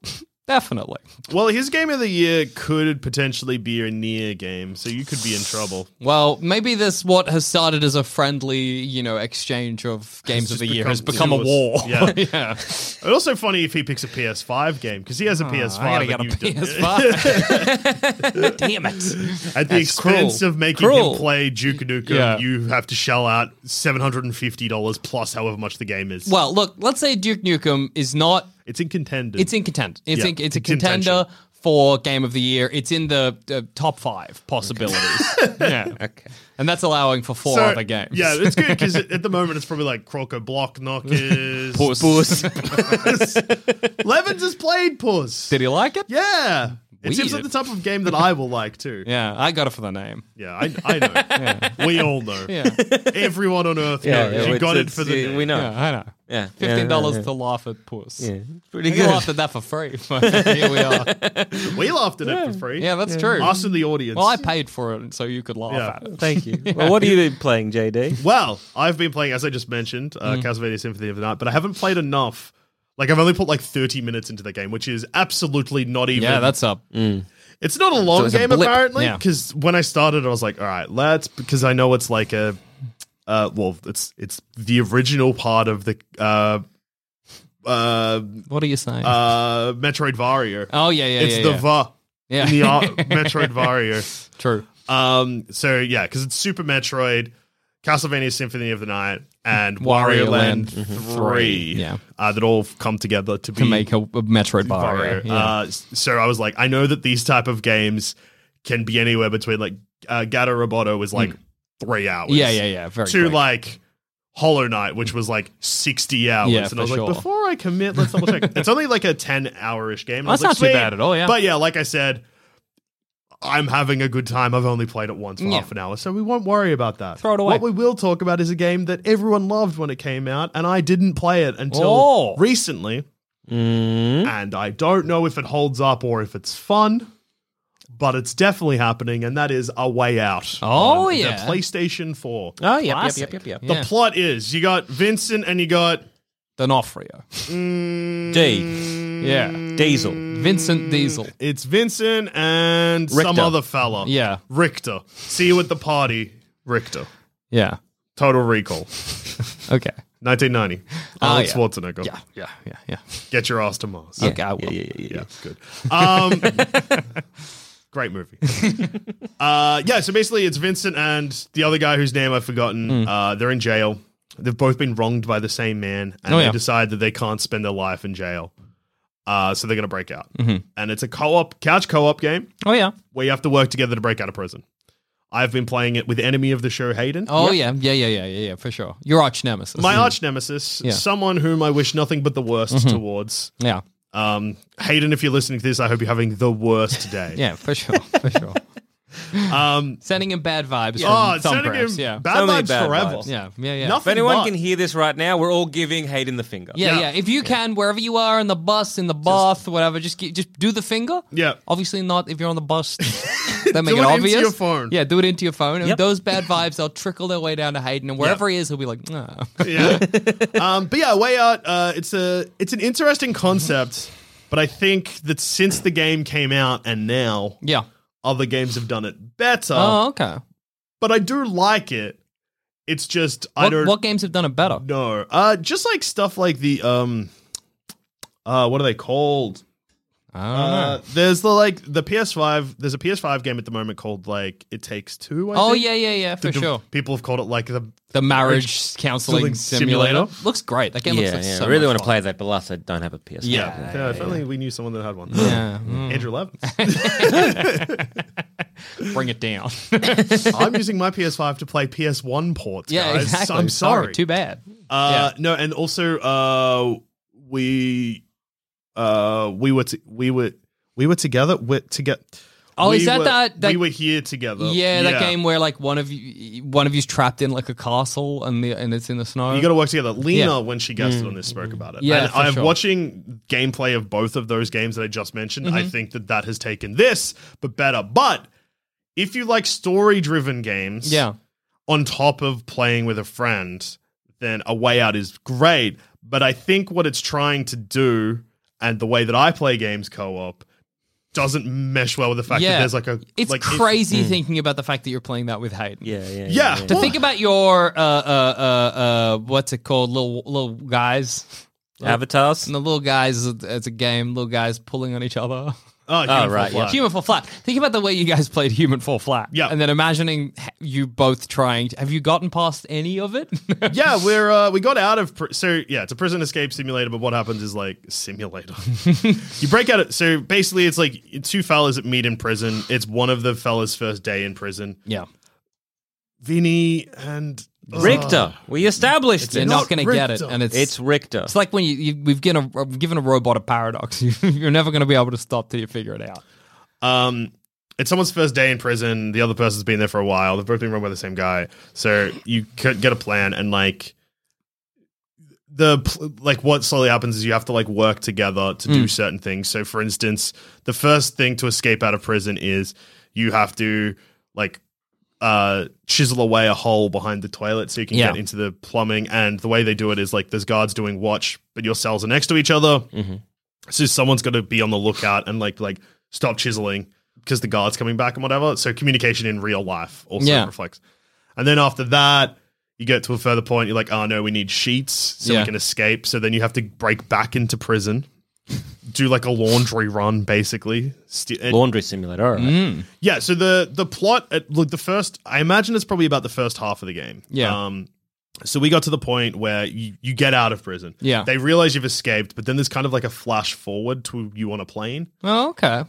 Definitely.
Well, his game of the year could potentially be a near game, so you could be in trouble.
Well, maybe this what has started as a friendly, you know, exchange of games of
just
the year has
become
become a
tours.
war.
Yeah.
yeah. Ah,
It's also funny if he picks a PS5 game because he has a PS5.
I gotta
and
get a
you don't.
PS5. Damn it.
At the
That's
expense
cruel.
of making
Cruel.
him play Duke Nukem,
Yeah.
you have to shell out seven hundred and fifty dollars plus however much the game is.
Well, look, let's say Duke Nukem is not
it's in contender.
it's in contend. It's
Yeah,
in, it's a
it's
contender
intention.
for game of the year. It's in the uh, top 5 possibilities. yeah. Okay. And that's allowing for four
So,
other games.
Yeah, it's good because at the moment it's probably like Croco Block Knockers.
Puss.
Levins has played Puss.
Did he like it?
Yeah. It seems like
Weird.
the type of game that I will like too.
Yeah, I got it for the name.
Yeah, I, I know. We all know.
Yeah.
Everyone on earth knows. you
it's-
got it
it's-
for the.
yeah, We know.
Yeah, I know.
Yeah.
Fifteen dollars
Yeah, yeah,
to laugh at puss. Yeah,
pretty
I laughed
good.
at that for free. but Here we are.
We laughed at it for free.
Yeah, that's true.
Us in the audience.
Well, I paid for it, so you could laugh
Yeah.
at it.
Thank you. Well, what are you playing, JD?
Well, I've been playing, as I just mentioned, uh,
Mm.
Castlevania Symphony of the Night, but I haven't played enough. Like I've only put like thirty minutes into the game, which is absolutely not even.
Yeah, that's up.
It's not a long
it's a
game
blip,
apparently,
yeah.
because when I started, I was like, "All right, let's," because I know it's like a, uh, well, it's it's the original part of the uh, uh,
What are you saying?
uh, Metroidvaria.
oh yeah, yeah,
it's
yeah.
the
yeah.
Va
Yeah.
in the uh, art Metroidvaria.
True.
Um, so yeah, because it's Super Metroid, Castlevania Symphony of the Night, and
Wario
Wario Land
Land
Three,
Yeah.
uh, that all come together to be
To make a, a Metroid bar.
Wario.
Yeah.
Uh, s- so I was like, I know that these type of games can be anywhere between like uh, Gato Roboto was like three hours,
Hmm. yeah, yeah, yeah. Very.
to
quick.
like. Hollow Knight, which was like sixty hours,
Yeah,
and
for
I was
sure.
like, before I commit, let's double check. it's only like a ten-hour-ish game. and I was
That's
like,
not too
"Sweet."
bad at all. Yeah.
But yeah, like I said, I'm having a good time. I've only played it once for
Yeah.
half an hour, so we won't worry about that.
Throw it away.
What we will talk about is a game that everyone loved when it came out, and I didn't play it until
Oh. Mm.
recently. And I don't know if it holds up or if it's fun, but it's definitely happening, and that is A Way Out.
Oh,
on the
yeah.
PlayStation 4.
Oh, yep, yep,
Classic.
yep, yep, yep.
Yeah.
The plot is you got Vincent and you got
D'Onofrio.
D.
Mm.
Yeah.
Diesel.
Vincent Diesel.
it's Vincent and some
Richter.
other fella.
Yeah.
Richter. See you at the party, Richter.
Yeah.
Total Recall,
Okay.
1990.
Ah,
Arnold
yeah.
Schwarzenegger.
Yeah. Yeah. Yeah. Yeah.
Get your ass to Mars.
Okay. I will.
Yeah, good. Um, great movie. uh, yeah, so basically, it's Vincent and the other guy whose name I've forgotten.
Mm.
Uh, they're in jail. They've both been wronged by the same man, and
Oh,
they
yeah.
decide that they can't spend their life in jail. Uh, so they're going to break out.
Mm-hmm.
And it's a co op, couch co op game
Oh yeah.
where you have to work together to break out of prison. I've been playing it with enemy of the show, Hayden.
Oh yeah. Yeah. Yeah. Yeah. Yeah. Yeah. For sure. Your arch nemesis. Mm.
My arch nemesis,
Yeah. Mm-hmm.
someone whom I wish nothing but the worst towards.
Yeah.
Um, Hayden, if you're listening to this, I hope you're having the worst day.
Yeah. For sure. For sure.
Um,
Sending him bad vibes.
oh,
from thumb
sending him
grabs, Yeah.
bad
So many
vibes
bad
forever.
vibes.
Yeah. Yeah. Yeah.
Nothing
If anyone
but-
can hear this right now, we're all giving Hayden the finger.
Yeah,
Yeah.
yeah. If you can, wherever you are, in the bus, in the bath, whatever, just gi- just do the finger.
Yeah.
Obviously not if you're on the bus. That make
Do it
it,
into
obvious.
your phone.
Yeah, do it into your phone. And those bad vibes, they'll trickle their way down to Hayden, and wherever he is, he'll be like, "Nah."
Yeah. um, but yeah, way out. Uh, it's a it's an interesting concept, but I think that since the game came out and now,
yeah.
other games have done it better.
Oh, okay.
But I do like it. It's just I
What,
don't
what games have done it better?
know. Uh, just like stuff like the um, uh, what are they called?
I don't
Uh,
know.
there's the like the PS5. There's a PS5 game at the moment called like It Takes Two. I
Oh
think.
yeah, yeah, yeah, for
The-
sure.
People have called it like the
The marriage counseling
Counseling
simulator.
simulator.
looks great. That game
Yeah,
looks like
yeah.
so
I really want
want
to play that, but last I don't have a PS.
Yeah.
Yeah, if only we knew someone that had one.
Yeah, mm.
Andrew Levins.
bring it down.
I'm using my PS5 to play PS1 ports.
yeah,
guys.
exactly.
I'm sorry.
Too bad.
Uh, No, and also uh, we uh, we were t- we were we were together. We're together.
Oh,
we
is that
were,
that- that-
we were here together?
Yeah, that game where like one of you, one of you's trapped in like a castle and the and it's in the snow.
You got to work together. Lena,
Yeah.
when she guested
Mm.
on this, spoke about it.
Yeah,
and
for
I'm
sure.
watching gameplay of both of those games that I just mentioned.
Mm-hmm.
I think that that has taken this, but better. But if you like story-driven games,
yeah,
on top of playing with a friend, then a way out is great. But I think what it's trying to do, and the way that I play games co-op doesn't mesh well with the fact that there's like a
it's
like it-
crazy thinking about the fact that you're playing that with Hayden.
Yeah, yeah.
yeah,
To
well,
think about your uh, uh, uh, uh, what's it called, little little guys,
Avatars.
and the little guys as a game, little guys pulling on each other.
oh, Human Fall
right, yeah.
Flat.
Human Fall Flat. Think about the way you guys played Human Fall Flat.
Yeah.
and then imagining h- you both trying. To, have you gotten past any of it?
yeah, we're uh, we got out of pr- so yeah, it's a prison escape simulator. But what happens is like simulator. you break out. Of, so basically, it's like two fellas that meet in prison. It's one of the fellas' first day in prison.
yeah,
Vinny and
Richter. We established
they're
this.
Mm. Oh. not,
not
going to get it,
Richter.
and it's
It's Richter.
It's like when you, you we've given a given a robot a paradox. You're never going to be able to stop till you figure it out.
Um, it's someone's first day in prison. The other person's been there for a while. They've both been run by the same guy. So you could get a plan and like the pl- like what slowly happens is you have to like work together to do certain things. So for instance, the first thing to escape out of prison is you have to like uh chisel away a hole behind the toilet so you can
Yeah.
get into the plumbing and the way they do it is like there's guards doing watch but your cells are next to each other so someone's got to be on the lookout and like like stop chiseling because the guard's coming back and whatever. So communication in real life also
Yeah.
reflects. And then after that, you get to a further point. You're like, oh no, we need sheets so
Yeah.
we can escape. So then you have to break back into prison, do like a laundry run basically. Sti- and-
Laundry simulator. All right.
Mm.
yeah. So the the plot at, look the first. I imagine it's probably about the first half of the game.
Yeah.
Um, so we got to the point where you, you get out of prison.
Yeah.
They realize you've escaped, but then there's kind of like a flash forward to you on a plane.
Oh, okay.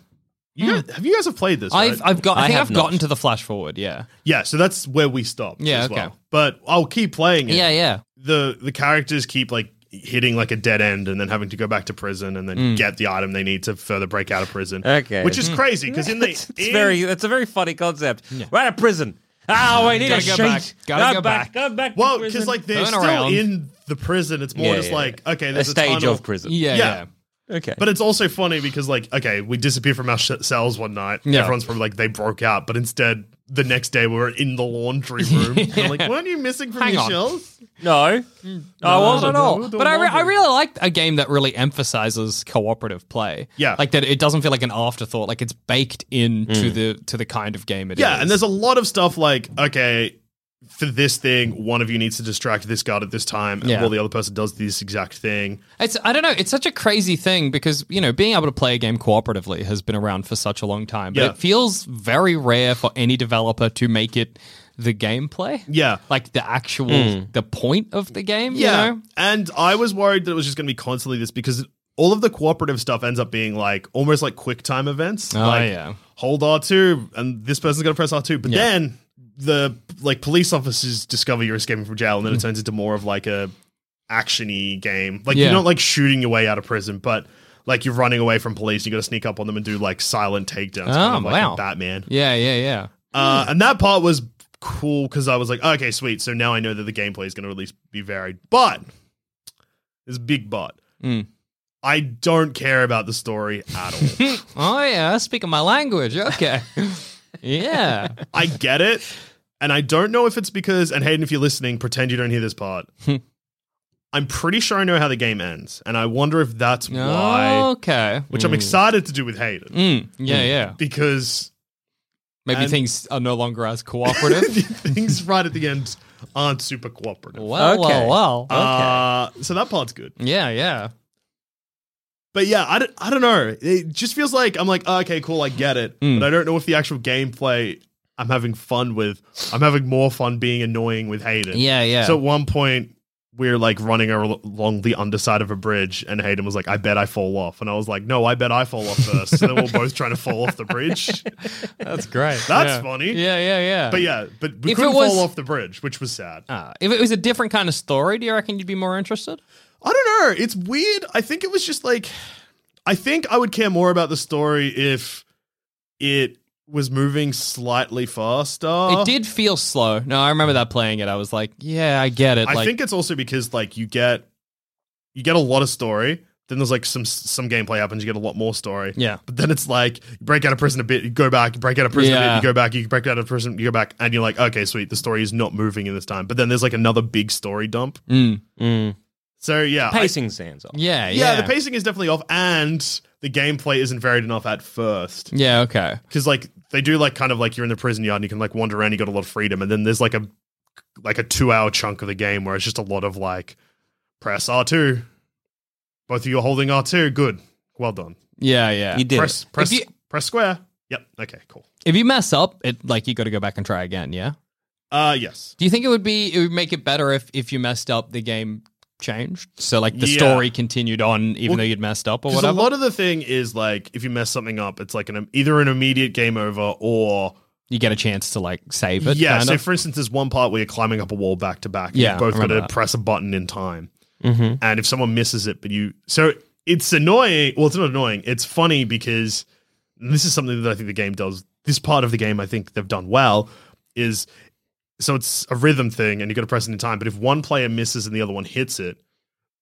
You guys, have you guys have played this?
Hmm. I've
right?
I've got. I,
I
think
have
I've gotten
not.
to the flash forward. Yeah.
yeah. So that's where we stopped.
Yeah,
as
okay.
well. But I'll keep playing it.
Yeah. Yeah.
The the characters keep like hitting like a dead end and then having to go back to prison and then
Hmm.
get the item they need to further break out of prison.
Okay.
Which is crazy because in the
it's
in-
very. It's a very funny concept. We're out of prison. Oh, we need
Ah, Gotta
a
go
sheet.
back. Gotta go back.
Go back. to
well
prison.
because like they're
Turn
still
around.
in the prison. It's more
Yeah,
just
yeah,
like
yeah.
okay,
a
there's a, ton
stage of
of
prison.
Yeah. Yeah.
Yeah.
Okay.
But it's also funny because, like, okay, we disappear from our sh- cells one night.
Yeah.
Everyone's probably like, they broke out. But instead, the next day, we were in the laundry room. And they're like, weren't you missing from
Hang
your
on.
shells?
no,
Mm.
no, I
uh,
wasn't at all.
But I, re- I really like a game that really emphasizes cooperative play.
Yeah.
Like that, it doesn't feel like an afterthought. Like it's baked into the to the kind of game it is.
Yeah. And there's a lot of stuff like, okay, for this thing, one of you needs to distract this guard at this time
Yeah.
while the other person does this exact thing.
It's I don't know. It's such a crazy thing because you know being able to play a game cooperatively has been around for such a long time, but
Yeah.
it feels very rare for any developer to make it the gameplay.
Yeah.
like the actual the point of the game.
Yeah.
you know?
And I was worried that it was just going to be constantly this because all of the cooperative stuff ends up being like almost like quick time events.
Oh,
like,
yeah.
Hold R2 and this person's going to press R2. But
Yeah.
then the like police officers discover you're escaping from jail and then
Mm.
it turns into more of like a actiony game. Like
Yeah.
you're not like shooting your way out of prison, but like you're running away from police. You got to sneak up on them and do like silent takedowns. kind
Oh,
of like a
wow.
Batman.
yeah, yeah, yeah.
Uh, and that part was cool because I was like, okay, sweet. So now I know that the gameplay is going to at least be varied. But there's a big but.
Mm.
I don't care about the story at all.
Oh yeah, speaking my language. Okay. yeah.
I get it. And I don't know if it's because, and Hayden, if you're listening, pretend you don't hear this part. I'm pretty sure I know how the game ends. And I wonder if that's why,
Okay.
which I'm excited to do with Hayden
Mm, yeah, yeah.
because
Maybe
And-
things are no longer as cooperative.
things right at the end aren't super cooperative.
well,
Okay.
well, well.
Uh, so that part's good.
yeah, yeah.
But yeah, I don't, I don't know. It just feels like I'm like, oh, okay, cool, I get it.
Mm.
But I don't know if the actual gameplay I'm having fun with. I'm having more fun being annoying with Hayden.
Yeah, yeah.
So at one point, we're like running al- along the underside of a bridge, and Hayden was like, I bet I fall off. And I was like, no, I bet I fall off first. so then we're both trying to fall off the bridge.
That's great.
That's funny.
Yeah, yeah, yeah.
But yeah, but we
If
couldn't
it was-
fall off the bridge, which was sad.
Ah, if it was a different kind of story, do you reckon you'd be more interested?
I don't know. It's weird. I think it was just like I think I would care more about the story if it was moving slightly faster.
it did feel slow. No, I remember that playing it. I was like, yeah, I get it.
I
like,
think it's also because like you get you get a lot of story. Then there's like some some gameplay happens. You get a lot more story.
Yeah.
But then it's like you break out of prison a bit, you go back, you break out of prison a
Yeah.
bit, you go back, you break out of prison, you go back, and you're like, okay, sweet, the story is not moving in this time. But then there's like another big story dump.
Mm.
Mm.
So yeah, I-
Pacing stands off.
Yeah,
yeah,
yeah.
the pacing is definitely off, and the gameplay isn't varied enough at first.
Yeah, okay.
because like they do like kind of like you're in the prison yard and you can like wander around you got a lot of freedom and then there's like a like a two hour chunk of the game where it's just a lot of like press r2 both of you are holding r2 good well done
Yeah, yeah.
You did.
press
it.
press
If you-
press square yep okay cool
If you mess up, it like you got to go back and try again. Yeah.
uh yes
Do you think it would be it would make it better if if you messed up the game changed? So like the
Yeah.
story continued on even
Well,
though you'd messed up or
because a
whatever.
lot of the thing is like if you mess something up it's like an either an immediate game over or
you get a chance to like save it.
yeah
kind
so
of.
for instance there's one part where you're climbing up a wall back to back and
Yeah,
you both
I
got
remember
to
that. Mm-hmm.
press a button in time and if someone misses it but you so it's annoying well it's not annoying it's funny because this is something that i think the game does this part of the game i think they've done well is so it's a rhythm thing and you got to press it in time but if one player misses and the other one hits it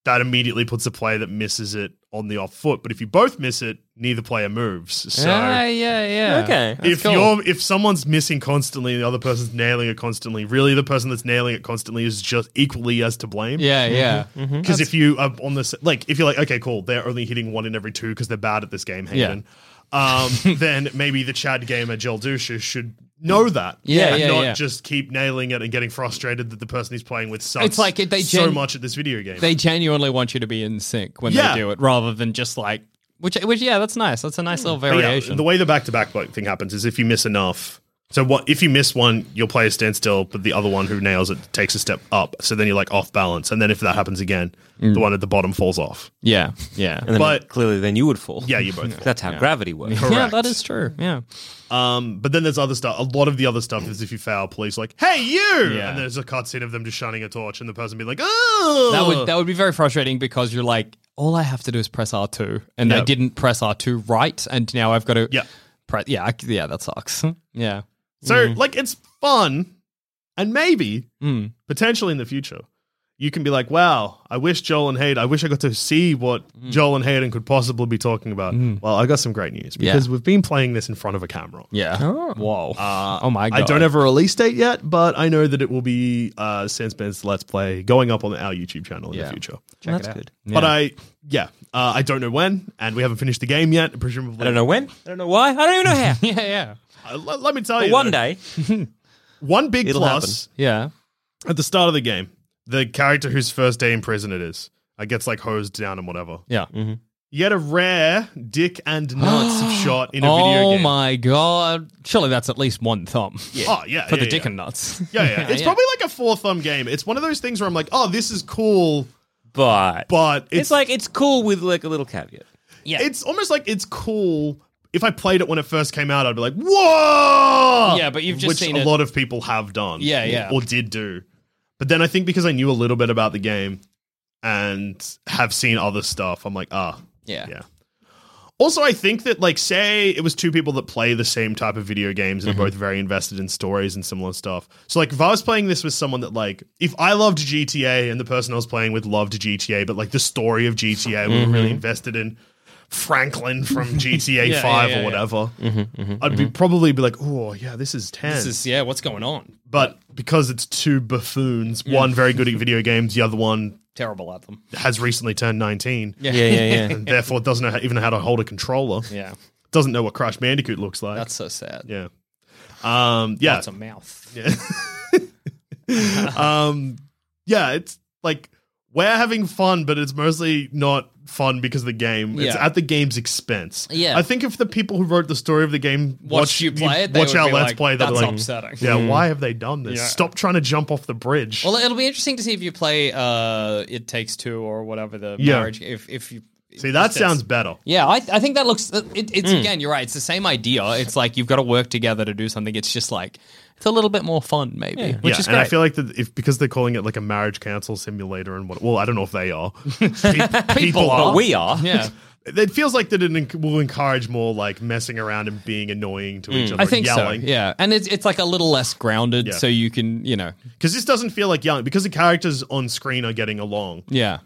that immediately puts the player that misses it on the off foot but if you both miss it neither player moves so
yeah, yeah, yeah.
Okay.
That's
if
cool.
you're if someone's missing constantly and the other person's nailing it constantly, really the person that's nailing it constantly is just equally as to blame.
Yeah, yeah.
Because if you are on this, like, if you're like, okay, cool, they're only hitting one in every two because they're bad at this game, Hayden. Um, then maybe the Chad gamer Jeldusha should know that.
Yeah,
and
yeah,
not
yeah.
just keep nailing it and getting frustrated that the person he's playing with sucks.
It's like they
so
gen-
much at this video game.
They genuinely want you to be in sync when
Yeah.
they do it rather than just like which which yeah, that's nice. That's a nice little
Mm. But yeah,
variation.
the way the back to back thing happens is if you miss enough. So what if you miss one, your player stands still, but the other one who nails it takes a step up. So then you're like off balance, and then if that happens again,
Mm.
the one at the bottom falls off.
yeah, yeah.
And then
But-
clearly, then you would fall.
Yeah, you both. fall.
That's how gravity works.
Yeah,
correct.
that is true. Yeah.
Um, but then there's other stuff. A lot of the other stuff is if you fail, police like, "Hey, you!"
Yeah.
And there's a cutscene of them just shining a torch, and the person being like, "Oh!"
That would that would be very frustrating because you're like, all I have to do is press R two, and I
Yeah.
didn't press R two right, and now I've got to
Yeah.
press yeah I- yeah that sucks yeah
so like it's fun, and maybe
Mm.
potentially in the future, you can be like, wow, I wish Joel and Hayden, I wish I got to see what Joel and Hayden could possibly be talking about. Well, I got some great news because
Yeah.
we've been playing this in front of a camera.
yeah whoa
Uh,
oh my god
I don't have a release date yet, but I know that it will be uh, Sans Ben's Let's Play going up on our YouTube channel in
Yeah.
the future.
That's good.
But I, yeah, uh, I don't know when, and we haven't finished the game yet. Presumably,
I don't know when. I don't know why. I don't even know how.
yeah yeah
Uh, let, let me tell
But
you,
one
though,
day,
one big
it'll
plus
yeah
at the start of the game, the character whose first day in prison it is, uh, gets like hosed down and whatever.
yeah
You get a rare dick and nuts shot in a video
oh
game.
my god surely that's at least one thumb
Oh yeah,
for
yeah,
the
yeah.
dick and nuts
Yeah, yeah. It's probably like a four thumb game. It's one of those things where I'm like, oh, this is cool,
but
but
it's,
it's,
like it's cool with like a little caveat.
yeah
it's almost like it's cool. If I played it when it first came out, I'd be like, whoa.
Yeah, but you've just
which
seen
a
it-
lot of people have done.
Yeah,
or-
yeah.
or did do. But then I think because I knew a little bit about the game and have seen other stuff, I'm like, ah,
yeah
Yeah. Also, I think that like say it was two people that play the same type of video games
Mm-hmm.
and are both very invested in stories and similar stuff. So like if I was playing this with someone that like if I loved GTA and the person I was playing with loved GTA, but like the story of GTA we were really invested in Franklin from GTA
Mm-hmm. Yeah,
Five
yeah, yeah,
or whatever, I'd be probably be like, oh yeah, this is ten.
this is yeah what's going on
but because it's two buffoons, one very good at video games, the other one
terrible at them
has recently turned nineteen.
yeah
Yeah, yeah, yeah.
And therefore, doesn't know how, even know how to hold a controller
yeah
doesn't know what Crash Bandicoot looks like.
that's so sad
yeah. Um, yeah.
it's a mouth
Um, yeah, it's like we're having fun, but it's mostly not fun because of the game. It's
Yeah.
at the game's expense.
Yeah.
I think if the people who wrote the story of the game
Watch you play it, they
watch
would
our
be
let's
like,
play, they'll be
"That's
like,
upsetting." Hmm.
Yeah, why have they done this?
Yeah.
Stop trying to jump off the bridge.
Well, it'll be interesting to see if you play uh, "It Takes Two or whatever the
Yeah.
marriage. If if Hmm. you
See, that sounds better.
yeah, I, I think that looks. uh, It, it's again, you're right. It's the same idea. It's like you've got to work together to do something. It's just like it's a little bit more fun, maybe.
yeah, and I feel like that if because they're calling it like a marriage counsel simulator and what well, I don't know if they are. Pe- people,
But we are.
yeah.
It feels like that it enc- will encourage more like messing around and being annoying to each other.
Mm. I think
and yelling.
so. Yeah, and it's it's like a little less grounded,
Yeah.
so you can you know
Because this doesn't feel like yelling because the characters on screen are getting along.
yeah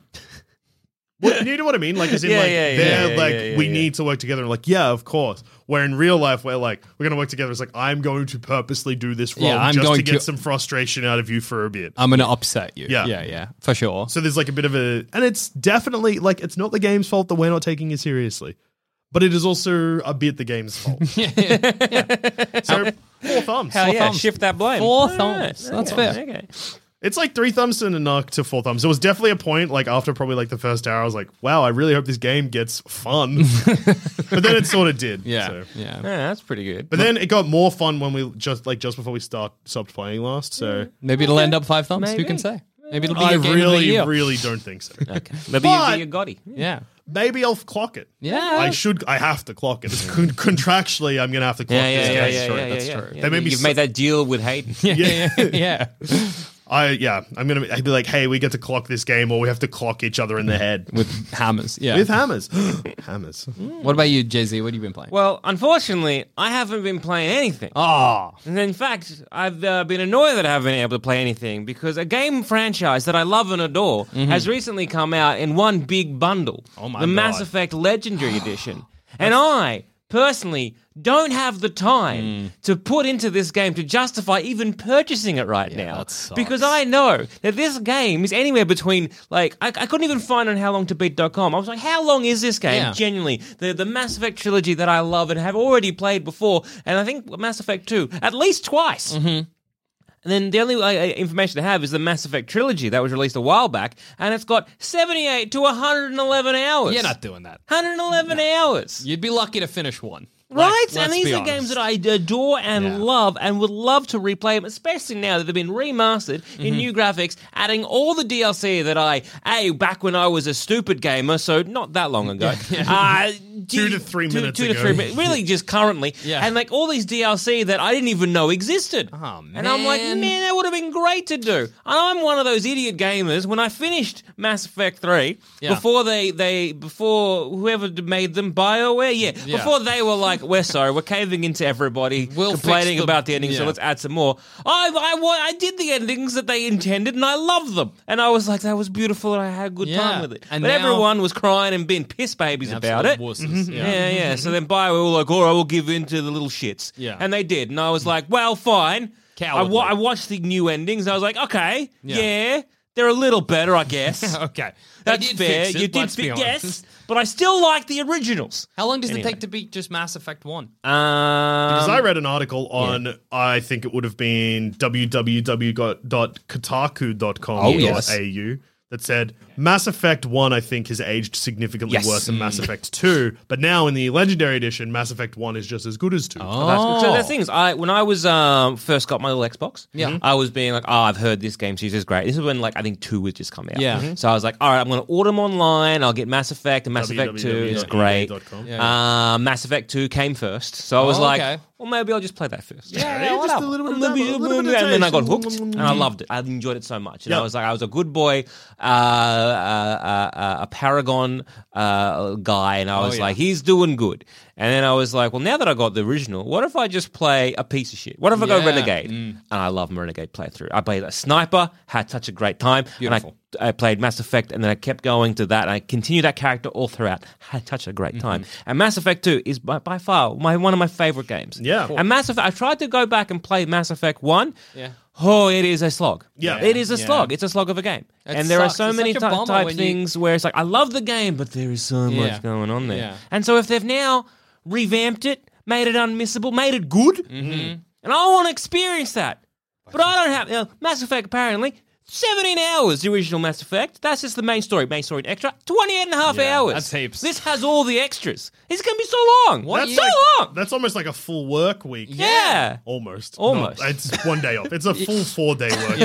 What, you know what I mean? Like, as in, like
yeah, yeah,
they're
yeah,
like,
yeah, yeah,
we
yeah.
need to work together. And like, yeah, of course. Where in real life, we're like, we're going to work together. It's like, I'm going to purposely do this wrong
Yeah, I'm
just
going
to get
to-
some frustration out of you for a bit.
I'm going to upset you.
Yeah.
Yeah, yeah, for sure.
So there's like a bit of a, and it's definitely like it's not the game's fault that we're not taking it seriously, but it is also a bit the game's fault. So four thumbs.
Hell yeah,
shift that blame.
Four thumbs. That's fair.
Okay.
It's like three thumbs and a knock to four thumbs. It was definitely a point like after probably like the first hour, I was like, wow, I really hope this game gets fun. but then it sort of did.
Yeah,
so.
yeah.
Yeah, that's pretty good.
But then it got more fun when we just like just before we start stopped playing last. So
Maybe it'll end up five thumbs. Who
Maybe.
can say? Maybe it'll be
I
your Mm. game of the
really,
year.
really don't think so.
Maybe
But-
you'll be a Gotti.
yeah,
Maybe I'll clock it.
yeah.
I should. I have to clock it. It's con- contractually, I'm gonna have to clock
Yeah,
this.
yeah, yeah,
game.
yeah,
Sure,
yeah,
that's
yeah,
true.
yeah.
They made me
You've
so-
made that deal with Hayden.
yeah, yeah, yeah.
I yeah, I'm gonna I'd be like, hey, we get to clock this game, or we have to clock each other in the head
With hammers. Yeah.
with hammers, hammers.
Mm.
what about you, Jay Z? What have you been playing?
Well, unfortunately, I haven't been playing anything.
Oh,
And in fact, I've uh, been annoyed that I haven't been able to play anything because a game franchise that I love and adore has recently come out in one big bundle
Oh my
the Mass
God.
Effect Legendary Edition. and I, personally, don't have the time
Hmm.
to put into this game to justify even purchasing it right now.
that sucks.
Because I know that this game is anywhere between, like, I, I couldn't even find on howlongtobeat.com. I was like, how long is this game?
Yeah.
genuinely the the Mass Effect trilogy that I love and have already played before, and I think Mass Effect two at least twice.
Mm-hmm.
And then the only uh, information I have is the Mass Effect trilogy that was released a while back, and it's got seventy eight to one hundred and eleven hours.
you're not doing that.
111 hours.
You'd be lucky to finish one.
Right?
Like,
and
let's
these
be
are
honest.
games that I adore and love and would love to replay them, especially now that they've been remastered in
Mm-hmm.
new graphics, adding all the DLC that I, A, back when I was a stupid gamer, so not that long ago. Uh,
Two
D-
to three minutes
two
ago.
to three minutes. Really, just currently.
Yeah.
And like all these DLC that I didn't even know existed.
Oh,
And I'm like,
man.
man, that would have been great to do. I'm one of those idiot gamers. When I finished Mass Effect 3,
Yeah.
before they, they, before whoever made them, BioWare, yeah,
Yeah.
before they were like, "We're sorry, we're caving into everybody,
We'll
complaining
fix the-
about the ending, so
yeah.
let's add some more." I, I, wa- I did the endings that they intended, and I loved them. And I was like, "That was beautiful, and I had a good
Yeah.
time with it."
And
but
now-
everyone was crying and being piss babies about it.
Absolute wusses,
Mhm.
yeah.
yeah, yeah. So then BioWare were like, "All right, we'll give in to the little shits,"
Yeah.
and they did. And I was like, "Well, fine." I,
Cowardly.
wa- I watched the new endings. And I was like, "Okay,
Yeah.
yeah." They're a little better, I guess.
Okay. They
That's
did
fair.
fix it,
you did
let's be
fi-
honest.
yes, but I still like the originals.
How long does
Anyway.
it take to beat just Mass Effect 1?
Um,
Because I read an article on, I think it would have been www.kotaku.com.au
Oh, yes.
that said Mass Effect 1, I think, has aged significantly
Yes. Mm.
worse than Mass Effect 2. But now in the Legendary Edition, Mass Effect 1 is just as good as 2.
That's- So there's things. I when I was um, first got my little Xbox,
Yeah.
I was being like, oh, I've heard this game series is great. This is when like I think two was just coming out.
Yeah. Mhm.
So I was like, all right, I'm going to order them online. I'll get Mass Effect and Mass Effect Two.
E
It's great.
www.ea.com.
Uh, Mass Effect Two came first, so I was
Oh,
like,
okay.
well, maybe I'll just play that first.
Yeah,
yeah, just a little bit of that, a little bit of
and then I got
taste.
hooked, and I loved it. I enjoyed it so much, and
Yeah.
I was like, I was a good boy, uh, uh, uh, uh, a paragon uh, guy, and I was
Oh, yeah.
like, he's doing good. And then I was like, well, now that I got the original, what if I just play a piece of shit? What if I
Yeah.
go renegade?
Mm.
And I love my renegade playthrough. I played a sniper, had such a great time,
Beautiful.
and I I played Mass Effect and then I kept going to that. And I continued that character all throughout. Had such a great time.
Mm-hmm.
And Mass Effect 2 is by, by far my one of my favorite games.
Yeah. Cool.
And Mass Effect, I tried to go back and play Mass Effect 1. Yeah. Oh, it is a slog.
Yeah.
It is a
Yeah.
slog. It's a slog of a game.
It
and there
sucks.
are so
It's
many
such a
ty-
bummer
type
when you-
things where it's like, I love the game, but there is so
Yeah.
much going on there.
Yeah.
And so if they've now revamped it, made it unmissable, made it good,
Mm-hmm.
and I want to experience that. But I don't have you know, Mass Effect apparently. 17 hours, the original Mass Effect. That's just the main story. Main story and extra. 28 and a half
Yeah,
hours.
that's heaps.
This has all the extras. It's going to be so long.
That's
That's so
like-
long.
That's almost like a full work week.
yeah.
Almost.
Almost.
No, it's one day off. It's a full four day work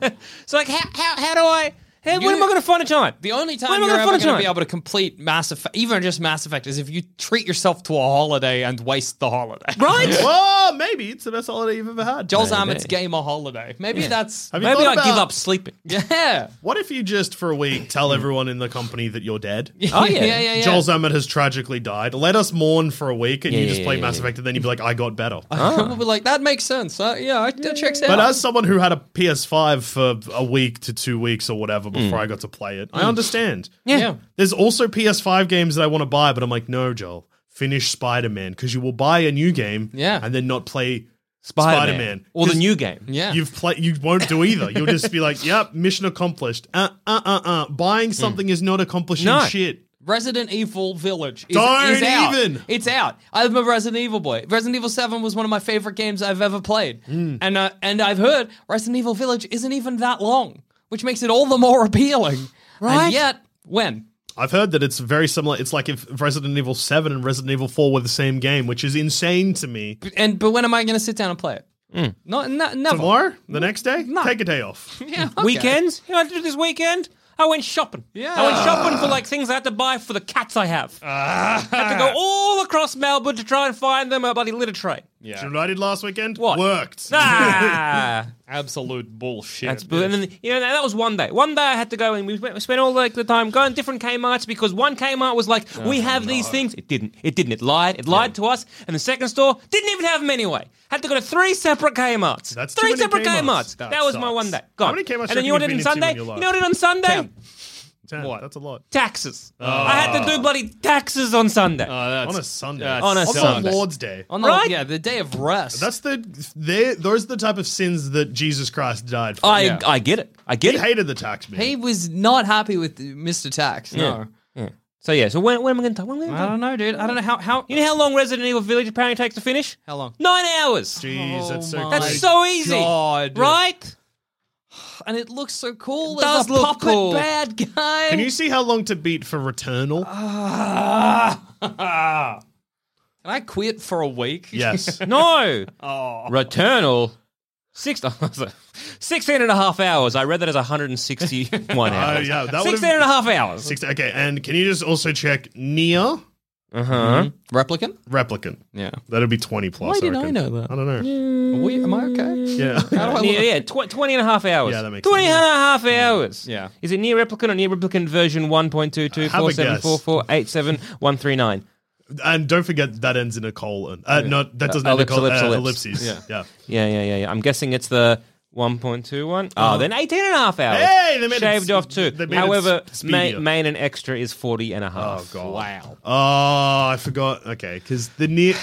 week.
So, like, how, how, how do I. How, when
You-
am I going to find a time?
The only time
When am I
you're
gonna
ever
find a
going to be
time?
able to complete Mass Effect, even just Mass Effect, is if you treat yourself to a holiday and waste the holiday.
Right?
Well, maybe it's the best holiday you've ever had.
Joel's Armoured's game a holiday. Maybe that's.
Have you
Maybe
thought
I give
about-
up sleeping.
yeah.
What if you just for a week tell everyone in the company that you're dead?
Oh, yeah.
yeah, yeah, yeah.
Joel Zammett has tragically died. Let us mourn for a week, and you just
yeah,
play
yeah,
Mass Effect, and then you'd be like, "I got better."
We'll be like, that makes sense. Uh, yeah, I- that checks out.
Ah. But as someone who had a PS5 for a week to two weeks or whatever before I got
Hmm.
to play it, I understand.
yeah.
There's also PS5 games that I want to buy, but I'm like, no, Joel. finish Spider Man because you will buy a new game
Yeah.
and then not play Spider
Spider-Man.
Man
Or the new game.
Yeah.
You've played. You won't do either. You'll just be like, "Yep, mission accomplished." Uh, uh, uh, uh. Buying something is not accomplishing
Hmm. No.
shit.
Resident Evil Village is,
Don't
is out.
even.
It's out. I'm a Resident Evil boy. Resident Evil Seven was one of my favorite games I've ever played,
Hmm.
and uh, and I've heard Resident Evil Village isn't even that long, which makes it all the more appealing. Right? And yet, when
I've heard that it's very similar. It's like if Resident Evil Seven and Resident Evil Four were the same game, which is insane to me.
and but when am I going to sit down and play it? Not, no, never.
Hmm. Tomorrow, the next day, take a day off.
Yeah, okay.
Weekends? You know what I did this weekend? I went shopping.
Yeah.
I went shopping for like things I had to buy for the cats I have. had to
Ah.
go all across Melbourne to try and find them a bloody litter tray.
Do you know what I did last weekend?
What?
worked?
Ah.
Absolute bullshit.
That's bu- and then you know that, that was one day. One day I had to go and we went, we spent all like the time going different Kmart's because one Kmart was like,
Oh,
we have these things. It didn't. It didn't. It lied. It lied to us. And the second store didn't even have them anyway. Had to go to three separate Kmart's.
That's too
three
many
separate
Kmart's.
Kmart's.
That
That, was my
sucks.
one day.
How
Gone.
many Kmart's
And
have
then
you
you know what I
been
did on
into in
Sunday? You
your
know
life?
what I did on Sunday?
Damn, That's a lot.
Taxes.
Oh.
I had to do bloody taxes on Sunday.
on a Sunday.
On a
on
Sunday.
the Lord's Day.
On the,
Right?
Yeah, the day of rest.
That's the they, those are the type of sins that Jesus Christ died for.
I
Yeah.
I get it. I get
he
it.
hated the tax man.
he was not happy with Mr. Tax. No.
so yeah. So when, when am I going to? When am I
Uh,
going to?
I don't know, dude. I don't know how how
You know how long Resident Evil Village apparently takes to finish?
How long?
Nine hours.
Jeez, that's so.
Oh
That's
my
crazy.
so easy,
God.
right?
and it looks so cool.
It
There's
does
a
look
puppet
cool.
bad guy.
Can you see how long to beat for Returnal?
Can I quit for a week? Oh.
yes.
No. Returnal. Six, 16 and a half hours. I read that as 161 hours.
Uh, yeah, that
16 and a half hours.
Six, okay, and can you just also check Nia
Uh-huh.
Replicant?
Replicant?
Yeah.
That'll be twenty plus.
Why did I
reckon.
know that?
I don't know.
Are we, am I okay?
Yeah.
How do I
Yeah, yeah
look?
tw- 20 and a half hours.
Yeah, that makes
20
sense.
and a half hours.
Yeah.
Is it near replicant or near replicant version
Have a guess.
1.22474487139?
and don't forget that ends in a colon. Uh, Not that doesn't end in a
Ellipse,
colon. uh,
ellipse, ellipse.
Ellipses. Yeah.
Yeah, yeah, yeah, yeah. I'm guessing it's the 1.21.
Uh-huh.
Oh, then 18 and a half hours.
Hey, they made it s-
Shaved off two.
they made it
However,
s- speedier.
ma- main and extra is 40
Oh,
and a half.
Wow.
Oh, I forgot. Okay, because the near.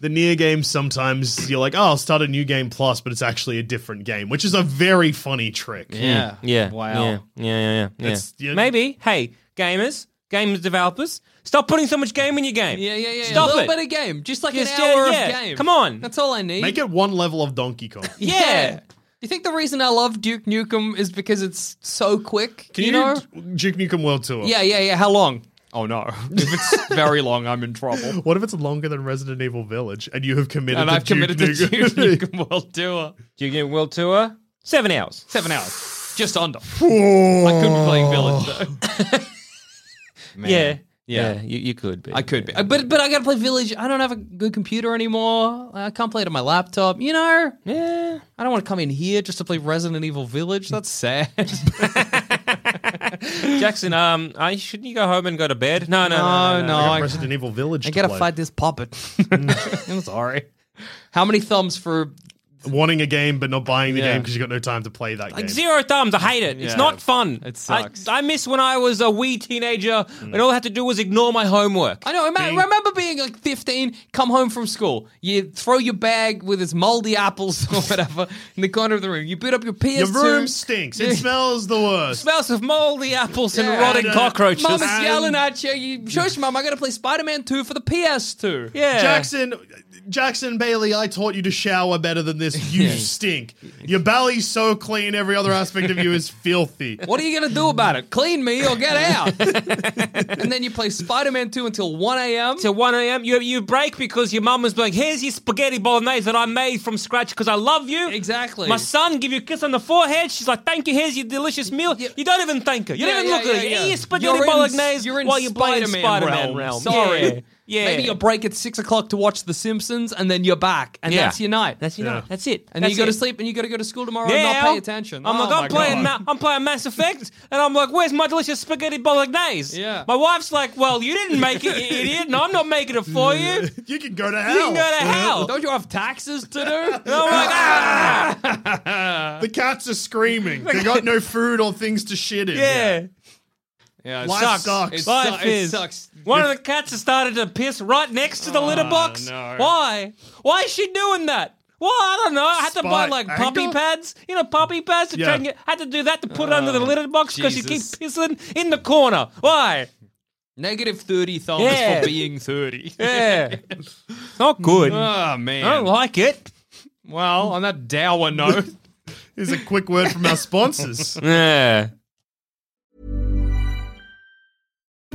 The near game sometimes you're like, oh, I'll start a new game plus, but it's actually a different game, which is a very funny trick.
Yeah.
Yeah.
Wow.
Yeah, yeah, yeah. yeah,
It's-
yeah.
you-
Maybe, hey, gamers, games developers, stop putting so much game in your game.
Yeah, yeah, yeah.
Stop
a little
it.
bit of game. Just like
Just,
an
yeah,
hour
yeah.
of game.
Come on.
That's all I need.
Make it one level of Donkey Kong.
yeah.
yeah. You think the reason I love Duke Nukem is because it's so quick?
Can you,
know?
d- Duke Nukem World Tour?
yeah, yeah, yeah. How long? Oh no. if it's very long, I'm in trouble.
What if it's longer than Resident Evil Village and you have committed
And
to
I've
Duke
committed to
Nukem?
Duke Nukem World Tour.
Do you get World Tour? Seven hours.
Seven hours. Just under. I could be playing Village though. Man.
Yeah.
Yeah.
you, you could be.
I could be. Uh, But but I gotta play Village. I don't have a good computer anymore. I can't play it on my laptop. You know?
Yeah.
I don't want to come in here just to play Resident Evil Village. That's sad.
Jackson, um, I, shouldn't you go home and go to bed? No, no, no.
no,
no,
no.
I got
Oh, I,
Resident Evil Village.
I
to
gotta
play.
fight this puppet. I'm sorry. How many thumbs for
wanting a game but not buying the
Yeah.
game because you got no time to play that
Like
game.
zero thumbs. I hate it. It's
Yeah.
not fun.
It sucks.
I, I miss when I was a wee teenager and all I had to do was ignore my homework.
I know. Ima- remember being like 15, come home from school. You throw your bag with its moldy apples or whatever in the corner of the room. You boot up your PS2.
Your room stinks. It smells the worst.
Smells of moldy apples
Yeah.
and rotting
And, uh,
cockroaches.
Mama's
Um,
yelling at you. You shush, mum. I got to play Spider Man 2 for the PS2.
yeah.
Jackson, Jackson Bailey, I taught you to shower better than this. You stink. Your belly's so clean. Every other aspect of you is filthy.
What are you going to do about it? Clean me or get out. and then you play Spider Man 2 until 1 a.m.
to 1 a.m. You, you break because your mum was like, here's your spaghetti bolognese that I made from scratch because I love you.
Exactly.
My son give you a kiss on the forehead. She's like, thank you, here's your delicious meal. You don't even thank her. You
Yeah,
don't even
yeah,
look at her.
yeah,
You
yeah.
eat your spaghetti
You're in-
bolognese
you're in
while you're playing
Spider-Man
Spider-Man
realm.
realm.
Sorry.
Yeah. yeah.
Maybe you break at 6 o'clock to watch The Simpsons and then you're back. And
Yeah.
that's your night.
That's, you know, that's it.
and then
that's
you go to
it.
sleep and you got to go to school tomorrow
Now,
and not pay attention.
I'm
Oh
like, I'm
my
playing,
God.
Ma- I'm playing Mass Effect, and I'm like, where's my delicious spaghetti bolognese?
Yeah.
My wife's like, well, you didn't make it, you idiot, and I'm not making it for you.
You can go to hell.
You can go to hell.
Don't you have taxes to do?
And I'm like, ah.
The cats are screaming. They got no food or things to shit in.
Yeah.
Yeah, it
Life
sucks.
sucks.
It,
Life
sucks. it
is.
sucks.
One of the cats has started to piss right next to the litter box.
Oh, no.
Why? Why is she doing that? Well, I don't know. I had to buy
Spite
like puppy
anger?
pads. You know, puppy pads to
Yeah.
try and get. I had to do that to put it under the litter box because she keeps
Oh, Jesus.
pissing in the corner. Why?
Negative 30 thumbs
Yeah.
for being 30.
Yeah. it's not good.
Oh,
I don't
man.
like it.
Well, on that dour note.
Here's a quick word from our sponsors.
Yeah.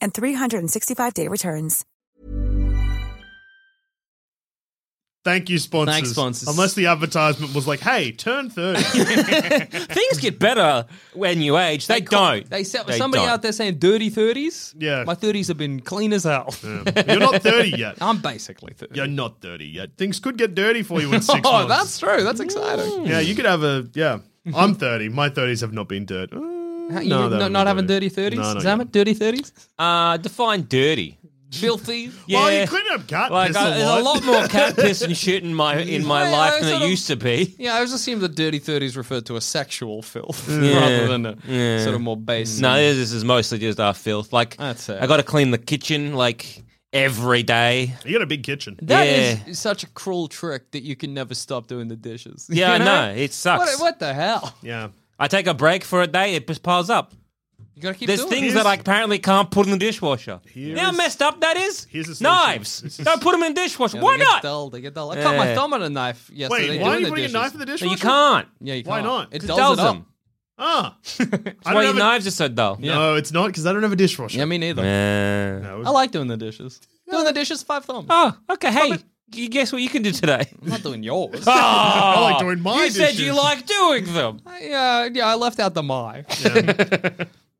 and 365-day returns.
Thank you, sponsors.
Thanks, sponsors.
Unless the advertisement was like, hey, turn 30.
Things get better when you age. They, don't.
They, sell, somebody
don't.
out there saying dirty 30s?
Yeah.
My 30s have been clean as hell.
You're not 30 yet.
I'm basically 30.
You're not 30 yet. Things could get dirty for you in six
oh,
months. Mm.
that's true. That's exciting.
Yeah, you could have a. Yeah. I'm 30. My 30s have not been dirt. Uh,
How-
no,
you
they
not,
haven't
not
been
having dirty 30s?
No, not
Damn
yet.
it, dirty 30s?
Uh, define dirty.
Filthy.
Well,
Yeah.
Oh, you clean up cat
Like
piss
I,
a
there's
lot.
a lot more cat piss and shit in my in my
Yeah,
life than
sort
it
of-
used to be.
Yeah, I always assumed that dirty 30s referred to a sexual filth rather than a sort of more base.
No, this this is mostly just our filth. Like
Mm. That's it.
I got to clean the kitchen like every day.
You got a big kitchen.
That is
Yeah.
such a cruel trick that you can never stop doing the dishes.
Yeah, I
You
know it sucks.
What, what the hell?
Yeah.
I take a break for a day, it just piles up.
You gotta keep
There's
doing
things
it.
that I apparently can't put in the dishwasher. You know how
is-
messed up that is?
here's a solution.
Knives.
This is-
Don't put them in the dishwasher.
Yeah,
Why
they get
not?
Dull. They get dull. I cut my
Yeah.
thumb on a knife yesterday.
Wait, why are
doing
you
the
putting
dishes.
a knife in the dishwasher?
No, you can't.
Yeah, you
Why
can't.
not?
It
It
dulls,
dulls
it up.
them.
Ah.
That's why your knives are so dull.
No, it's not because I don't have a dishwasher.
Yeah, me neither.
Yeah.
No,
I like doing the dishes. Doing the dishes, five thumbs.
Oh, okay. Hey, you guess what you can do today?
I'm not doing yours.
Ah.
I like doing my
Oh, you said
dishes.
you like doing them.
Yeah, yeah, I left out the my.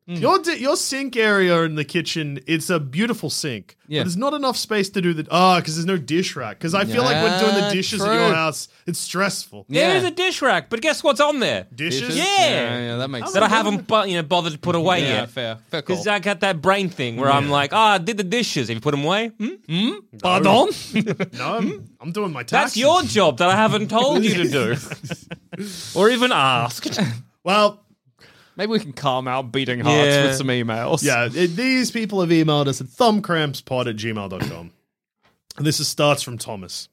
Your di- your sink area in the kitchen, it's a beautiful sink.
Yeah.
But there's not enough space to do the ah because there's no dish rack. Because I feel like when doing the
Yeah,
dishes at
true.
your house, it's stressful.
There
Yeah.
is a dish rack, but guess what's on there?
Dishes.
Yeah.
yeah, yeah, that makes
That I
sense.
haven't, bu- you know, bothered to put away
Yeah,
yet.
fair, fair call.
Because I got that brain thing where I'm like, ah, I did the dishes. Have you put them away? Hmm?
Pardon?
No, I'm, I'm doing my taxes.
That's your job that I haven't told you to do. or even asked.
Well,
Maybe we can calm our beating hearts
Yeah.
with some emails.
yeah. it- these people have emailed us at thumbcrampspod at gmail.com. and this is, starts from Thomas.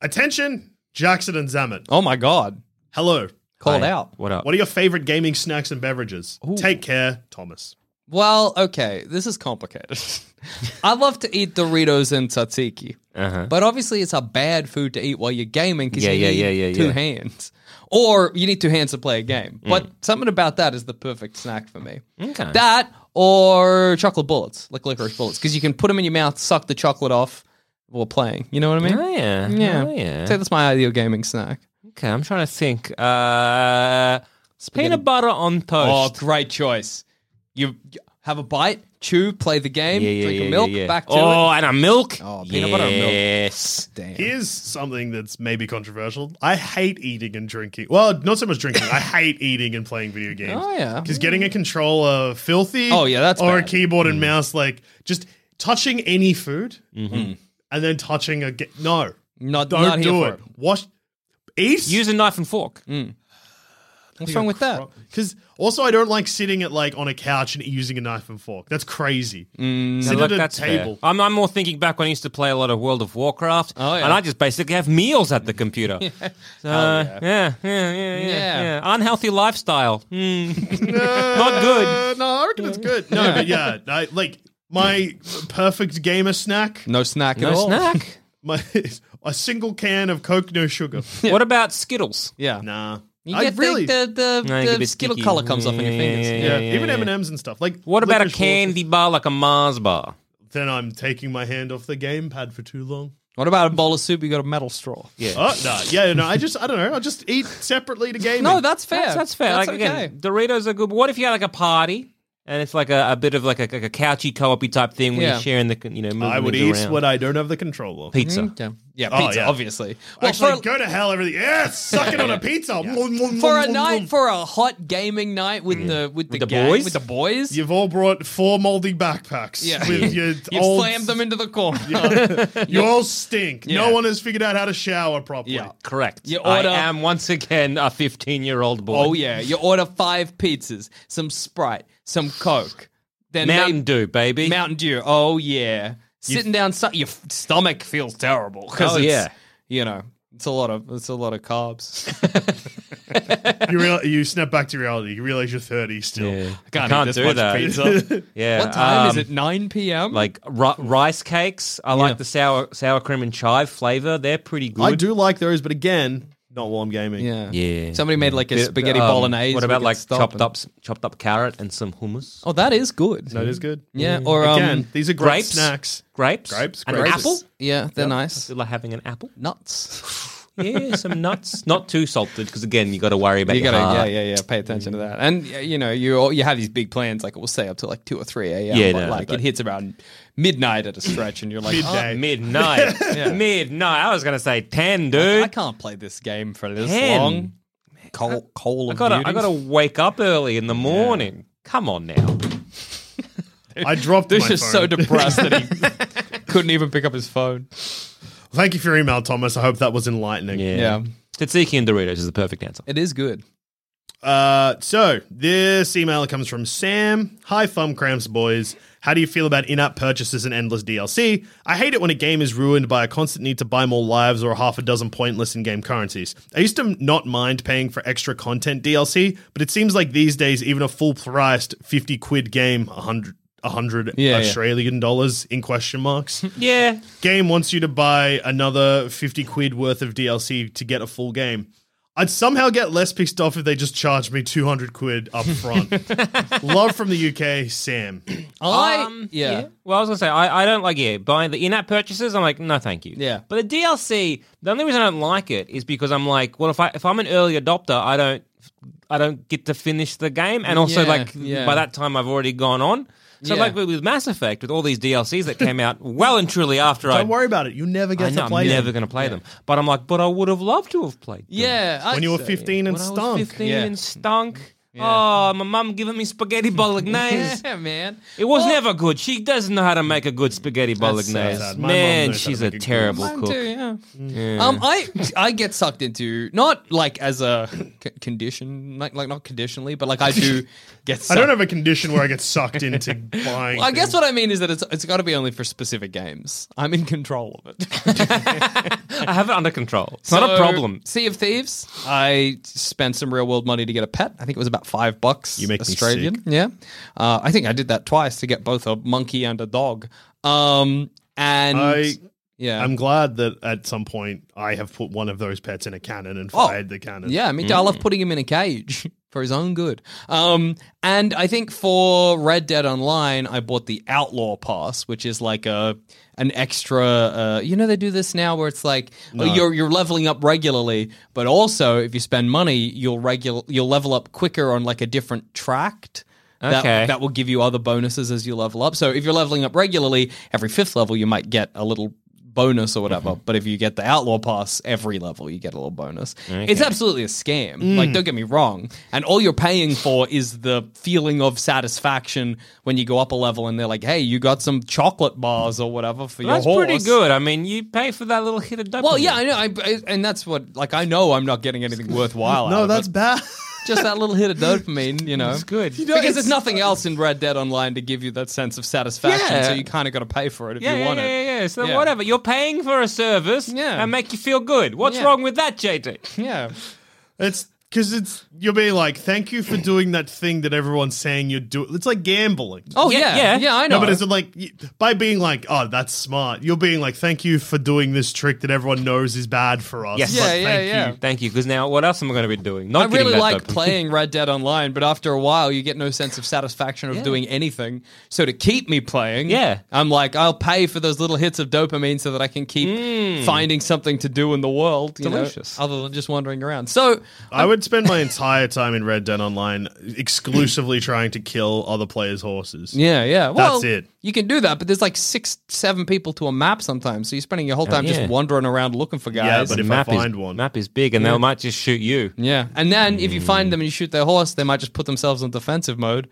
Attention, Jackson and Zamet.
Oh my god.
Hello.
Called out.
What up?
What are your favorite gaming snacks and beverages? Take care, Thomas.
Well, okay, this is complicated. I love to eat Doritos and tzatziki,
Uh-huh.
but obviously it's a bad food to eat while you're gaming because
Yeah,
you
yeah,
need
yeah, yeah,
two
yeah.
hands, or you need two hands to play a game.
Mm.
But something about that is the perfect snack for me. Okay, that or chocolate bullets, like licorice bullets, because you can put them in your mouth, suck the chocolate off while playing. You know what I mean?
Oh, yeah.
Yeah,
Oh, yeah.
So that's my ideal gaming snack.
Okay, I'm trying to think. Uh, peanut butter on
Oh,
toast.
great choice. You you have a bite, chew, play the game,
yeah, yeah,
drink
yeah,
a milk,
yeah, yeah.
back to
oh,
it.
and a milk.
Oh, peanut butter and milk.
Yes.
Damn.
Here's something that's maybe controversial. I hate eating and drinking. Well, not so much drinking. I hate eating and playing video games.
Oh, yeah.
Because getting a controller filthy.
Oh, yeah, that's
Or a
bad. Mm.
keyboard and mouse, like just touching any food
Mm-hmm.
and then touching a. Ga- no.
Not,
Don't
not here
do
for
it. Wash. Eat.
Use a knife and fork.
What's wrong with that?
Because also, I don't like sitting at like on a couch and using a knife and fork. That's crazy. Sit
Look,
at a
that's fair.
table.
I'm, I'm more thinking back when I used to play a lot of World of Warcraft,
Oh, yeah.
and I just basically have meals at the computer. So, yeah. Yeah, yeah, yeah,
Yeah.
yeah. Unhealthy lifestyle. Hmm. Not good.
Uh, no, I reckon it's good. No, but yeah, I, like My perfect gamer snack.
No snack
No
at all.
snack? My a single can of Coke, no sugar.
What about Skittles?
Yeah.
Nah.
You
I
get the-
really
the, the,
No, you
the
get a bit
skittle
sticky.
color comes off on your
Yeah,
fingers.
yeah,
yeah,
yeah,
even
yeah.
M and M's and stuff. Like
What about a
licorice balls.
candy bar like a Mars bar?
Then I'm taking my hand off the gamepad for too long.
What about a bowl of soup? You got a metal straw.
Yeah.
Oh no, yeah, no. I just, I don't know. I'll just eat separately to gaming.
No, that's fair.
That's, that's fair.
That's
like
okay.
again, Doritos are good. But what if you had like a party and it's like a, a bit of like a, like a couchy co-op type thing where
Yeah.
you're sharing the you know moving
I would eat
things around.
what I don't have the control of.
pizza.
Okay. Yeah,
Oh,
pizza,
yeah.
obviously. Well,
Actually,
for,
go to hell. Everything. Yeah, suck it on a pizza.
for a night, for a hot gaming night with the with the,
the
gang,
boys?
with the boys,
You've all brought four moldy backpacks.
Yeah.
with your
you
old-
slammed them into the corner.
You all stink.
Yeah.
No one has figured out how to shower properly.
Yeah.
Correct.
You order-
I am once again a 15 year old boy.
Oh yeah, you order five pizzas, some Sprite, some Coke, then
Mountain
they-
Dew, baby.
Mountain Dew. Oh yeah, sitting down, so- your f- stomach feels terrible because
Oh,
yeah,
yeah.
you know it's a lot of it's a lot of carbs.
You real, you snap back to reality. You realize you're 30 still.
I can't, do that.
Pizza.
Yeah.
what time is
um,
it? Nine p.m.
Like ri- rice cakes. I
Yeah.
like the sour sour cream and chive flavor. They're pretty good.
I do like those, but again, not while I'm gaming.
yeah,
Yeah.
Somebody made like a
Bit-
spaghetti
um,
bolognese.
What
we
about
could
like
stop
chopped
and-
up chopped up carrot and some hummus?
Oh, that is good.
That is good. Mm-hmm.
Yeah, or um,
again, these are great
grapes?
snacks.
Grapes?
Grapes,
An
grapes.
apple?
Yeah, they're nice.
Feel like having an apple?
Nuts.
Yeah, some nuts. Not too salted because again, you got to worry about
You
your
gotta,
heart.
yeah, yeah, yeah. Pay attention to that, and y- you know, you all, you have these big plans. Like it will stay up to like two or three a.m.
Yeah,
but
no,
like
but-
it hits around midnight at a stretch, and you're like,
Midnight.
"Oh,
yeah.
Midnight. Midnight. I was going to say 10, dude.
I can't play this game for this
Ten.
long. Coal, coal.
I
of
got to I
Duty.
got to wake up early in the morning. Come on now.
I dropped
This
my
is
phone.
so depressed that he couldn't even pick up his phone.
Thank you for your email, Thomas. I hope that was enlightening.
Yeah.
Tzatziki and Doritos is the perfect answer.
It is good.
Uh, so this email comes from Sam. Hi, Thumb Cramps boys. How do you feel about in-app purchases and endless DLC? I hate it when a game is ruined by a constant need to buy more lives or a half a dozen pointless in-game currencies. I used to not mind paying for extra content DLC, but it seems like these days even a full-priced fifty quid game, a hundred. 100
Yeah, yeah.
Australian dollars in question marks.
Yeah.
game wants you to buy another 50 quid worth of DLC to get a full game. I'd somehow get less pissed off if they just charged me 200 quid up front. Love from the UK, Sam.
I
Um,
yeah.
Well, I was gonna say I, I don't like yeah buying the in-app purchases. I'm like no, thank you.
Yeah.
But the DLC, the only reason I don't like it is because I'm like, well, if I if I'm an early adopter, I don't I don't get to finish the game, and also
Yeah,
like
yeah.
by that time I've already gone on. So
Yeah.
like with with Mass Effect, with all these DLCs that came out well and truly after I
Don't worry about it. You never
I
get
know,
to
I'm
play
never
them.
going to play them. But I'm like, but I would have loved to have played. them.
Yeah, I-
When you were 15 and
when I
stunk.
was 15
Yeah.
and stunk. Oh, my mum giving me spaghetti bolognese.
yeah, man.
It was
Well,
never good. She doesn't know how to make a good spaghetti
That's
bolognese.
sad. My mum
Man,
knows how to
she's
make
a
a good-
terrible
Mine
cook.
too, yeah. Um, I I get sucked into not like as a c- condition, like like not conditionally, but like I do get.
I
Sucked.
don't have a condition where I get sucked into buying.
Well, I guess
things.
what I mean is that it's it's got to be only for specific games. I'm in control of it.
I have it under control. It's not a
So,
problem.
Sea of Thieves. I spent some real world money to get a pet. I think it was about five bucks.
You make me
Australian.
sick.
Yeah. Uh, I think I did that twice to get both a monkey and a dog. Um, and
I-
yeah,
I'm glad that at some point I have put one of those pets in a cannon and
Oh,
fired the cannon.
Yeah, me too. I love putting him in a cage for his own good. Um, and I think for Red Dead Online, I bought the Outlaw Pass, which is like a an extra. Uh, you know, they do this now where it's like oh, you're you're leveling up regularly, but also if you spend money, you'll regular you'll level up quicker on like a different tract. That,
Okay.
that will give you other bonuses as you level up. So if you're leveling up regularly, every fifth level you might get a little bonus or whatever. But if you get the outlaw pass every level, you get a little bonus. It's absolutely a scam. Like don't get me wrong. And all you're paying for is the feeling of satisfaction when you go up a level and they're like, "Hey, you got some chocolate bars or whatever for your
That's
horse."
pretty good. I mean, you pay for that little hit of dopamine.
Well, yeah, I know. I, I- and that's what like I know I'm not getting anything worthwhile. out
No,
of
that's
it.
bad.
just that little hit of dopamine, you know.
It's good. You know,
because
it's-
there's nothing else in Red Dead Online to give you that sense of satisfaction,
Yeah.
so you kind of got to pay for it if
Yeah,
you
yeah,
want
yeah,
it.
yeah, yeah. So
Yeah.
whatever, you're paying for a service
Yeah.
and make you feel good. What's
Yeah.
wrong with that, JT?
Yeah.
It's Because it's you'll be like, thank you for doing that thing that everyone's saying you're doing. It's like gambling.
Oh yeah, yeah, yeah, I know.
No, but it's like y- by being like, oh, that's smart. You're being like, thank you for doing this trick that everyone knows is bad for us.
Yes.
But
Yeah,
thank
yeah,
you.
yeah.
Thank you. Because now, what else am I going to be doing? Not
I
getting
really
that
like
dopamine.
playing Red Dead Online, but after a while, you get no sense of satisfaction of doing anything. So to keep me playing,
Yeah.
I'm like, I'll pay for those little hits of dopamine so that I can keep finding something to do in the world, you know,
Hmm. Delicious.
other than just wandering around. So
I would spend my entire time in Red Dead Online exclusively trying to kill other players' horses.
yeah, yeah, well,
That's it.
You can do that, but there's like six, seven people to a map sometimes. So you're spending your whole time
yeah.
just wandering around looking for
Oh, Yeah,
guys.
but if
map
I find
is,
one,
Map is big, and they might just shoot you.
Yeah. And then if you
Hmm.
find them and you shoot their horse, they might just put themselves in defensive mode,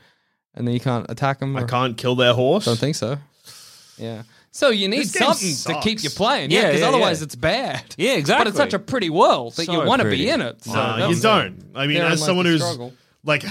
and then you can't attack them.
I can't kill their horse.
Don't think so. Yeah. So you need
This game
something to keep
sucks.
you playing, yeah,
Yeah,
because
yeah,
otherwise
yeah.
it's bad.
Yeah,
But
exactly.
it's such a pretty world that
So
you want to
pretty.
be in it. So
Nah,
that's-
Uh, you don't. I mean,
therein
as
lies
someone
the
who's
struggle.
like,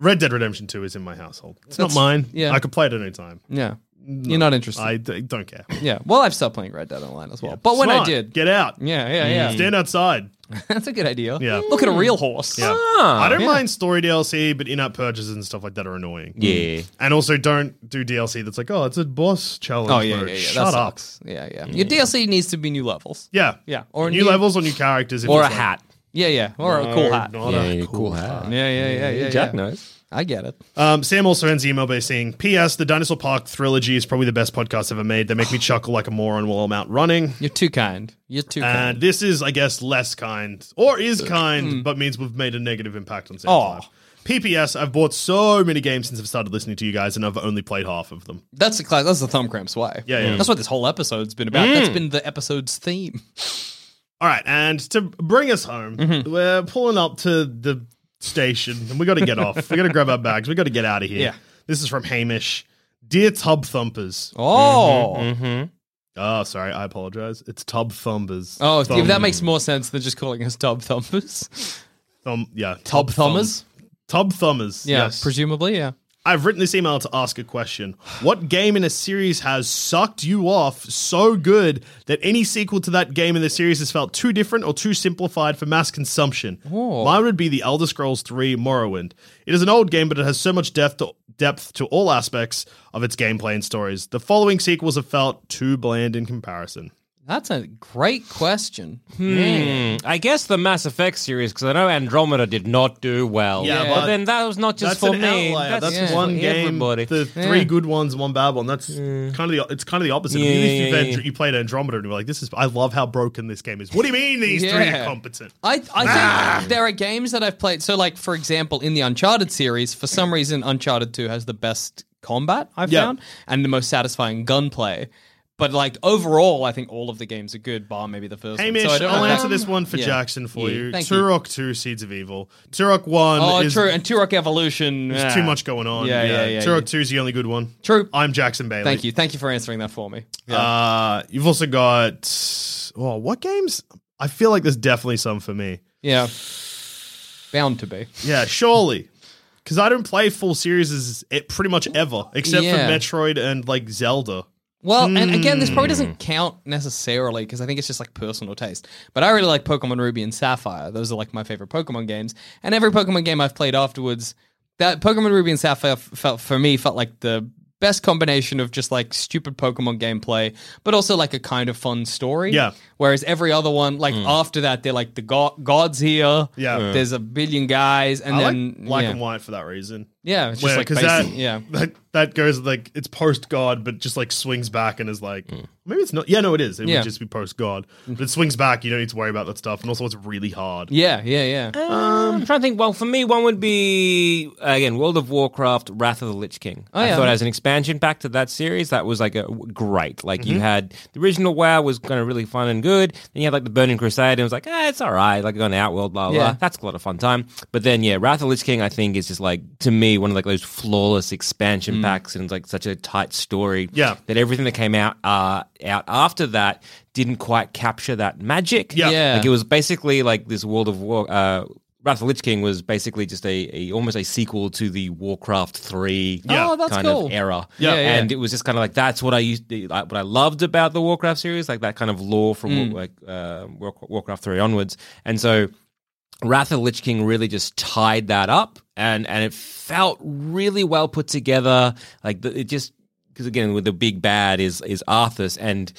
Red Dead Redemption Two is in my household. It's
That's-
not mine.
yeah.
I could play it at any time.
Yeah, you're not interested.
I d- don't care.
yeah. Well, I've stopped playing Red Dead Online as well, but when I
Smart.
did,
get out.
yeah, yeah, yeah, Ah,
Stand outside.
that's a good idea.
Yeah.
Look at a real horse.
Yeah. I don't mind story DLC, but in-app purchases and stuff like that are annoying.
Yeah.
Mm.
And also, don't do DLC that's like, oh, it's a boss challenge.
Oh yeah, yeah,
mode.
yeah.
Shut
that
up. Mm.
sucks. Yeah, yeah, Your DLC needs to be new levels.
Yeah,
Yeah, or
new,
new-
levels or new characters, if
Or a
it's like-
hat.
Yeah, yeah, or a cool
No,
hat.
not a cool hat.
Yeah, yeah, yeah, yeah.
Jack
yeah.
knows.
I get it.
Um, Sam also ends the email by saying, "P.S. The Dinosaur Park trilogy is probably the best podcast ever made. They make me chuckle like a moron while I'm out running."
You're too kind. You're too kind.
And Uh, this is, I guess, less kind or is kind, but means we've made a negative impact on Sam's
Aw.
life. PPS, I've bought so many games since I've started listening to you guys, and I've only played half of them.
That's the class. That's the thumb cramps way.
Yeah, Mm. yeah.
That's what this whole episode's been about. That's been the episode's theme.
All right, and to bring us home,
Mm-hmm.
we're pulling up to the station, and we got to get off. We got to grab our bags. We got to get out of here.
Yeah.
This is from Hamish. Dear Tub Thumpers.
Oh,
mm-hmm. Oh, sorry, I apologize. It's Tub Thumpers.
oh,
Thumb-
Steve, that makes more sense than just calling us tub thumpers,
Thumb, yeah,
tub thumbers.
thumb- Tub thumbers.
Yeah,
yes.
presumably. Yeah.
I've written this email to ask a question. What game in a series has sucked you off so good that any sequel to that game in the series has felt too different or too simplified for mass consumption? Mine would be The Elder Scrolls 3 Morrowind. It is an old game, but it has so much depth to, depth to all aspects of its gameplay and stories. The following sequels have felt too bland in comparison.
That's a great question. Hmm.
Mm, I guess the Mass Effect series, because I know Andromeda did not do well.
Yeah,
but,
but
then that was not
that's
just for
an
me.
outlier. That's,
just
one
for
game.
Everybody.
The three good ones, one bad one. That's kind of the it's kind of the opposite.
Yeah,
At least
yeah,
you've had-
yeah, yeah.
you played Andromeda and you were like, "This is." I love how broken this game is. What do you mean these three
Yeah.
are competent?
I, I think
Ah!
there are games that I've played. So, like for example, in the Uncharted series, for some reason, Uncharted Two has the best combat I've
Yeah.
found and the most satisfying gunplay. But like overall, I think all of the games are good, bar maybe the first.
Hey,
one. So
Mish,
I don't know
I'll
if that's-
answer this one for
yeah.
Jackson for
Yeah.
you.
Thank you.
Turok Two: Seeds of Evil. Turok One
Oh,
is
true. And Turok Evolution.
there's
yeah.
too much going on.
Yeah, yeah, yeah,
Turok
yeah.
Two is the only good one.
True.
I'm Jackson Bailey.
Thank you. Thank you for answering that for me.
Uh, you've also got oh, what games? I feel like there's definitely some for me.
Yeah. Bound to be.
Yeah, surely. Because I don't play full series it pretty much ever, except
Yeah.
for Metroid and like Zelda.
Well, and again, this probably
Hmm.
doesn't count necessarily because I think it's just like personal taste. But I really like Pokemon Ruby and Sapphire. Those are like my favorite Pokemon games. And every Pokemon game I've played afterwards, that Pokemon Ruby and Sapphire f- felt for me felt like the best combination of just like stupid Pokemon gameplay, but also like a kind of fun story.
Yeah. Hmm.
Whereas every other one, like after that, they're like the go- gods here.
Yeah. Yeah.
There's a billion guys, and
I
then
like black
yeah.
and white for that reason.
Yeah, it's just
Where-
like
Because
basic,
that,
yeah.
that that goes like it's post God, but just like swings back and is like maybe it's not. Yeah, no, it is. It
Mm. Yeah. Mm.
would just be post God, but it swings back. You don't need to worry about that stuff, and also it's really hard.
Yeah, yeah, yeah.
Um, I'm trying to think. Well, for me, one would be again World of Warcraft: Wrath of the Lich King. I
yeah.
thought as an expansion back to that series, that was like a great. Like you had the original WoW was kind of really fun and good. Then you had like the Burning Crusade, and it was like, ah, it's all right. Like going to Outworld, blah blah.
Yeah.
blah. That's a lot of fun time. But then yeah, Wrath of the Lich King, I think is just like to me one of like those flawless expansion packs, and it's like such a tight story.
Yeah.
that everything that came out uh, out after that didn't quite capture that magic.
Yeah.
Yeah.
Like it was basically like this World of War. Uh, Wrath of the Lich King was basically just a, a almost a sequel to the Warcraft three
Yeah.
Oh, that's
kind
cool.
of era.
Yeah, yeah.
and it was just kind of like that's what I used to, like, what I loved about the Warcraft series, like that kind of lore from War- like uh, War- Warcraft three onwards. And so Wrath of the Lich King really just tied that up, and and it felt really well put together. Like the, it just because again, with the big bad is is Arthur's, and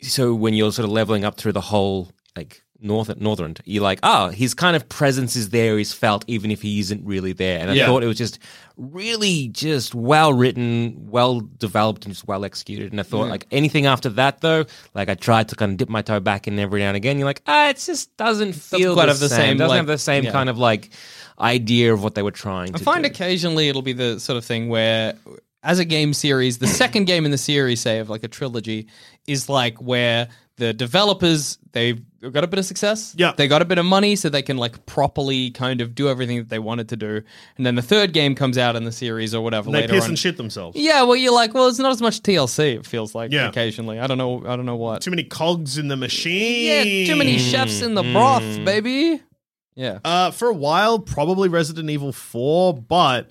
so when you're sort of leveling up through the whole like north northern, you're like, oh, his kind of presence is there, is felt, even if he isn't really there. And I
Yeah.
thought it was just really just well written, well developed, and just well executed. And I thought like anything after that though, like I tried to kind of dip my toe back in every now and again. You're like, ah, it just doesn't feel
quite
the,
have the
same.
same,
Doesn't
like-
have the same
yeah.
kind of like idea of what they were trying
I
to
find
do.
occasionally it'll be the sort of thing where, as a game series, the second game in the series, say of like a trilogy, is like where the developers they've got a bit of success.
Yeah.
they got a bit of money, so they can like properly kind of do everything that they wanted to do. And then the third game comes out in the series or whatever
And they
later
piss
on.
and shit themselves.
Yeah, well, you're like, well, it's not as much TLC. It feels like
Yeah.
occasionally. I don't know. I don't know what.
Too many cogs in the machine.
yeah, too many chefs in the broth, baby. Yeah.
Uh, for a while, probably Resident Evil 4, but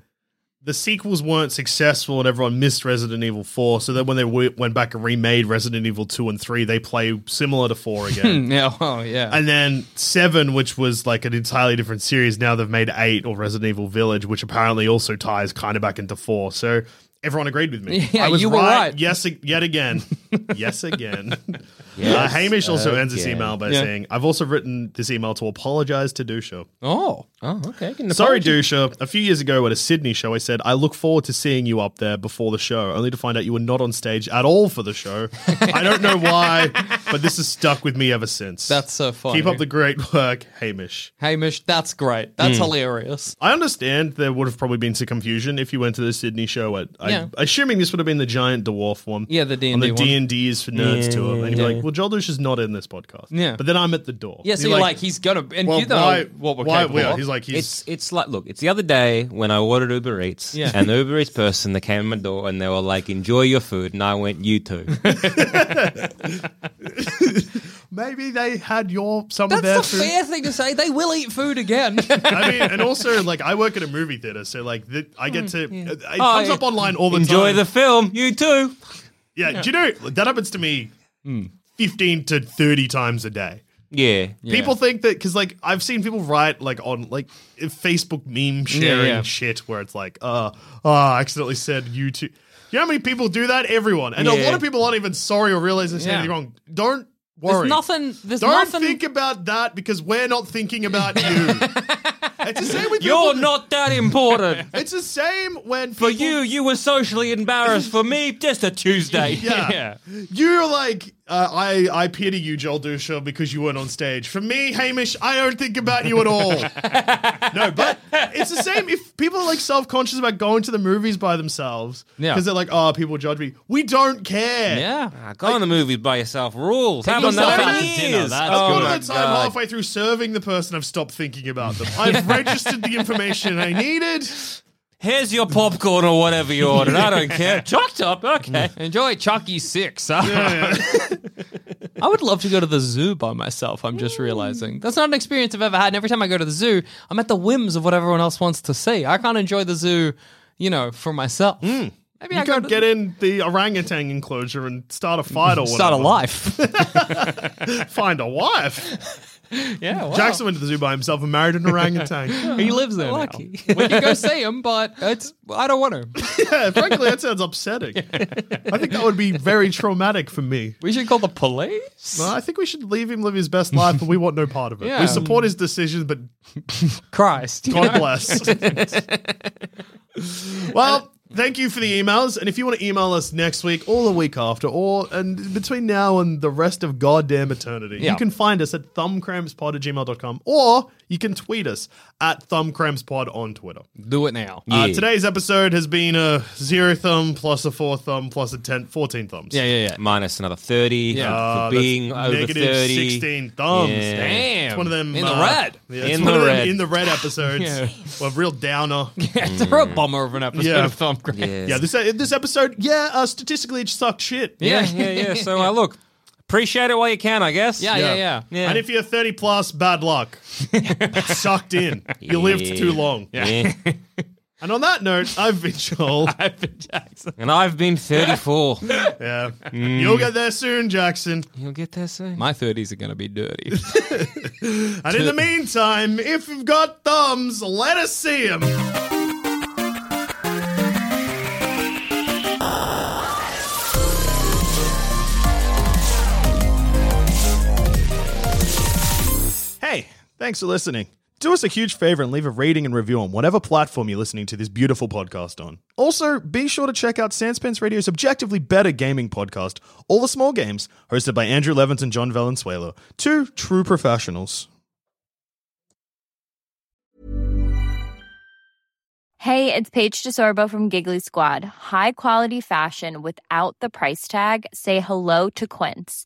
the sequels weren't successful and everyone missed Resident Evil 4. So then when they w- went back and remade Resident Evil 2 and 3, they play similar to 4 again.
Yeah. Oh, yeah.
and then 7, which was like an entirely different series, now they've made 8 or Resident Evil Village, which apparently also ties kind of back into 4. So everyone agreed with me.
Yeah,
I was
you were right.
Yes, ag- yet again. yes, again. uh, Hamish also ends this email by
Yeah.
saying, I've also written this email to apologize to Dusha.
oh.
Oh, okay.
Sorry, Dusha. A few years ago at a Sydney show, I said, I look forward to seeing you up there before the show, only to find out you were not on stage at all for the show. I don't know why, but this has stuck with me ever since.
That's so funny.
Keep up the great work, Hamish.
Hamish, that's great. That's
Hmm.
hilarious.
I understand there would have probably been some confusion if you went to the Sydney show. At,
Yeah.
I, assuming this would have been the giant dwarf one.
Yeah, the D&D
On the
one.
D&D is for nerds tour. And you're like, well, Joel Dush is not in this podcast.
Yeah.
But then I'm at the door.
Yeah, so you're, like, he's gonna and
well,
you know
why,
what we're
why,
capable
yeah,
of.
He's like, he's...
It's it's like look, it's the other day when I ordered Uber Eats,
Yeah.
and the Uber Eats person that came to my door and they were like, "Enjoy your food," and I went, "You too."
Maybe they had your some of
That's
their
the
food.
fair thing to say. They will eat food again.
I mean, and also like I work at a movie theater, so like the, I get to. It
Oh,
comes
yeah.
up online all the
Enjoy
time.
the film, you too.
yeah, do you know that happens to me
Hmm.
fifteen to thirty times a day.
Yeah,
People think that because like I've seen people write like on like Facebook meme sharing
yeah.
shit where it's like, uh, oh, I accidentally said YouTube. You know how many people do that? Everyone, and a
Yeah.
lot of people aren't even sorry or realize they said
Yeah.
anything wrong. Don't worry.
there's nothing. There's
Don't
nothing.
think about that because we're not thinking about you. it's the same with people-
You're not that important.
It's the same when
For
people-
you, you were socially embarrassed. For me, just a Tuesday.
Yeah. You're like, uh, I, I pity you, Joel Dusha, because you weren't on stage. For me, Hamish, I don't think about you at all. no, but it's the same if people are like self conscious about going to the movies by themselves
Yeah.
because they're like, oh, people judge me. We don't care.
yeah.
Ah, go on the movies by yourself. Rules.
Take
Have on
yourself
that
out
for
to dinner,
years.
that's
Oh
good.
my
By the time
God.
halfway through serving the person, I've stopped thinking about them. I've registered the information I needed.
Here's your popcorn or whatever you ordered. I don't care. Chopped up. Okay.
Enjoy Chucky Six. I would love to go to the zoo by myself. I'm just realizing that's not an experience I've ever had. And every time I go to the zoo, I'm at the whims of what everyone else wants to see. I can't enjoy the zoo, you know, for myself. Maybe
Hmm. You
I go
could
to
get in the orangutan enclosure and start a fight or whatever.
start a life.
Find a wife.
yeah, wow.
Jackson went to the zoo by himself and married an orangutan.
He lives there.
Lucky.
Now. We can go see him, but it's I don't want to.
yeah, frankly, that sounds upsetting. I think that would be very traumatic for me.
We should call the police.
Well, I think we should leave him live his best life, but we want no part of it.
Yeah.
We support his decisions, but
Christ.
God bless. well, thank you for the emails. And if you want to email us next week or the week after, or and between now and the rest of goddamn eternity,
Yeah.
you can find us at thumbcrampspod at gmail.com or you can tweet us at thumbcrampspod on Twitter.
Do it now.
Uh, today's episode has been a zero thumb plus a four thumb plus a ten, 14 thumbs.
Yeah, yeah, yeah.
Minus another 30
Yeah.
for being over
negative
30.
16 thumbs.
Yeah.
Damn.
It's one of them
In the
uh,
red.
Yeah, it's
In
one
the
of them
red.
in the red episodes.
Yeah.
Well, real downer.
They're a bummer of an episode
Yeah.
of Thumb Cramp.
Yeah.
Yeah, this uh, this episode, yeah, uh, statistically it sucked shit.
Yeah, yeah, yeah. So uh, look, appreciate it while you can, I guess.
Yeah, yeah, yeah.
Yeah.
And if you're 30 plus, bad luck. sucked in. You lived too long.
Yeah.
And on that note, I've been Joel.
I've been Jackson.
And I've been 34.
yeah. Mm. You'll get there soon, Jackson.
You'll get there soon.
My 30s are going to be dirty.
and in the meantime, if you've got thumbs, let us see them. Hey, thanks for listening. Do us a huge favor and leave a rating and review on whatever platform you're listening to this beautiful podcast on. Also, be sure to check out Sanspence Radio's objectively better gaming podcast, All the Small Games, hosted by Andrew Levins and John Valenzuela, two true professionals.
Hey, it's Paige DeSorbo from Giggly Squad. High quality fashion without the price tag. Say hello to Quince.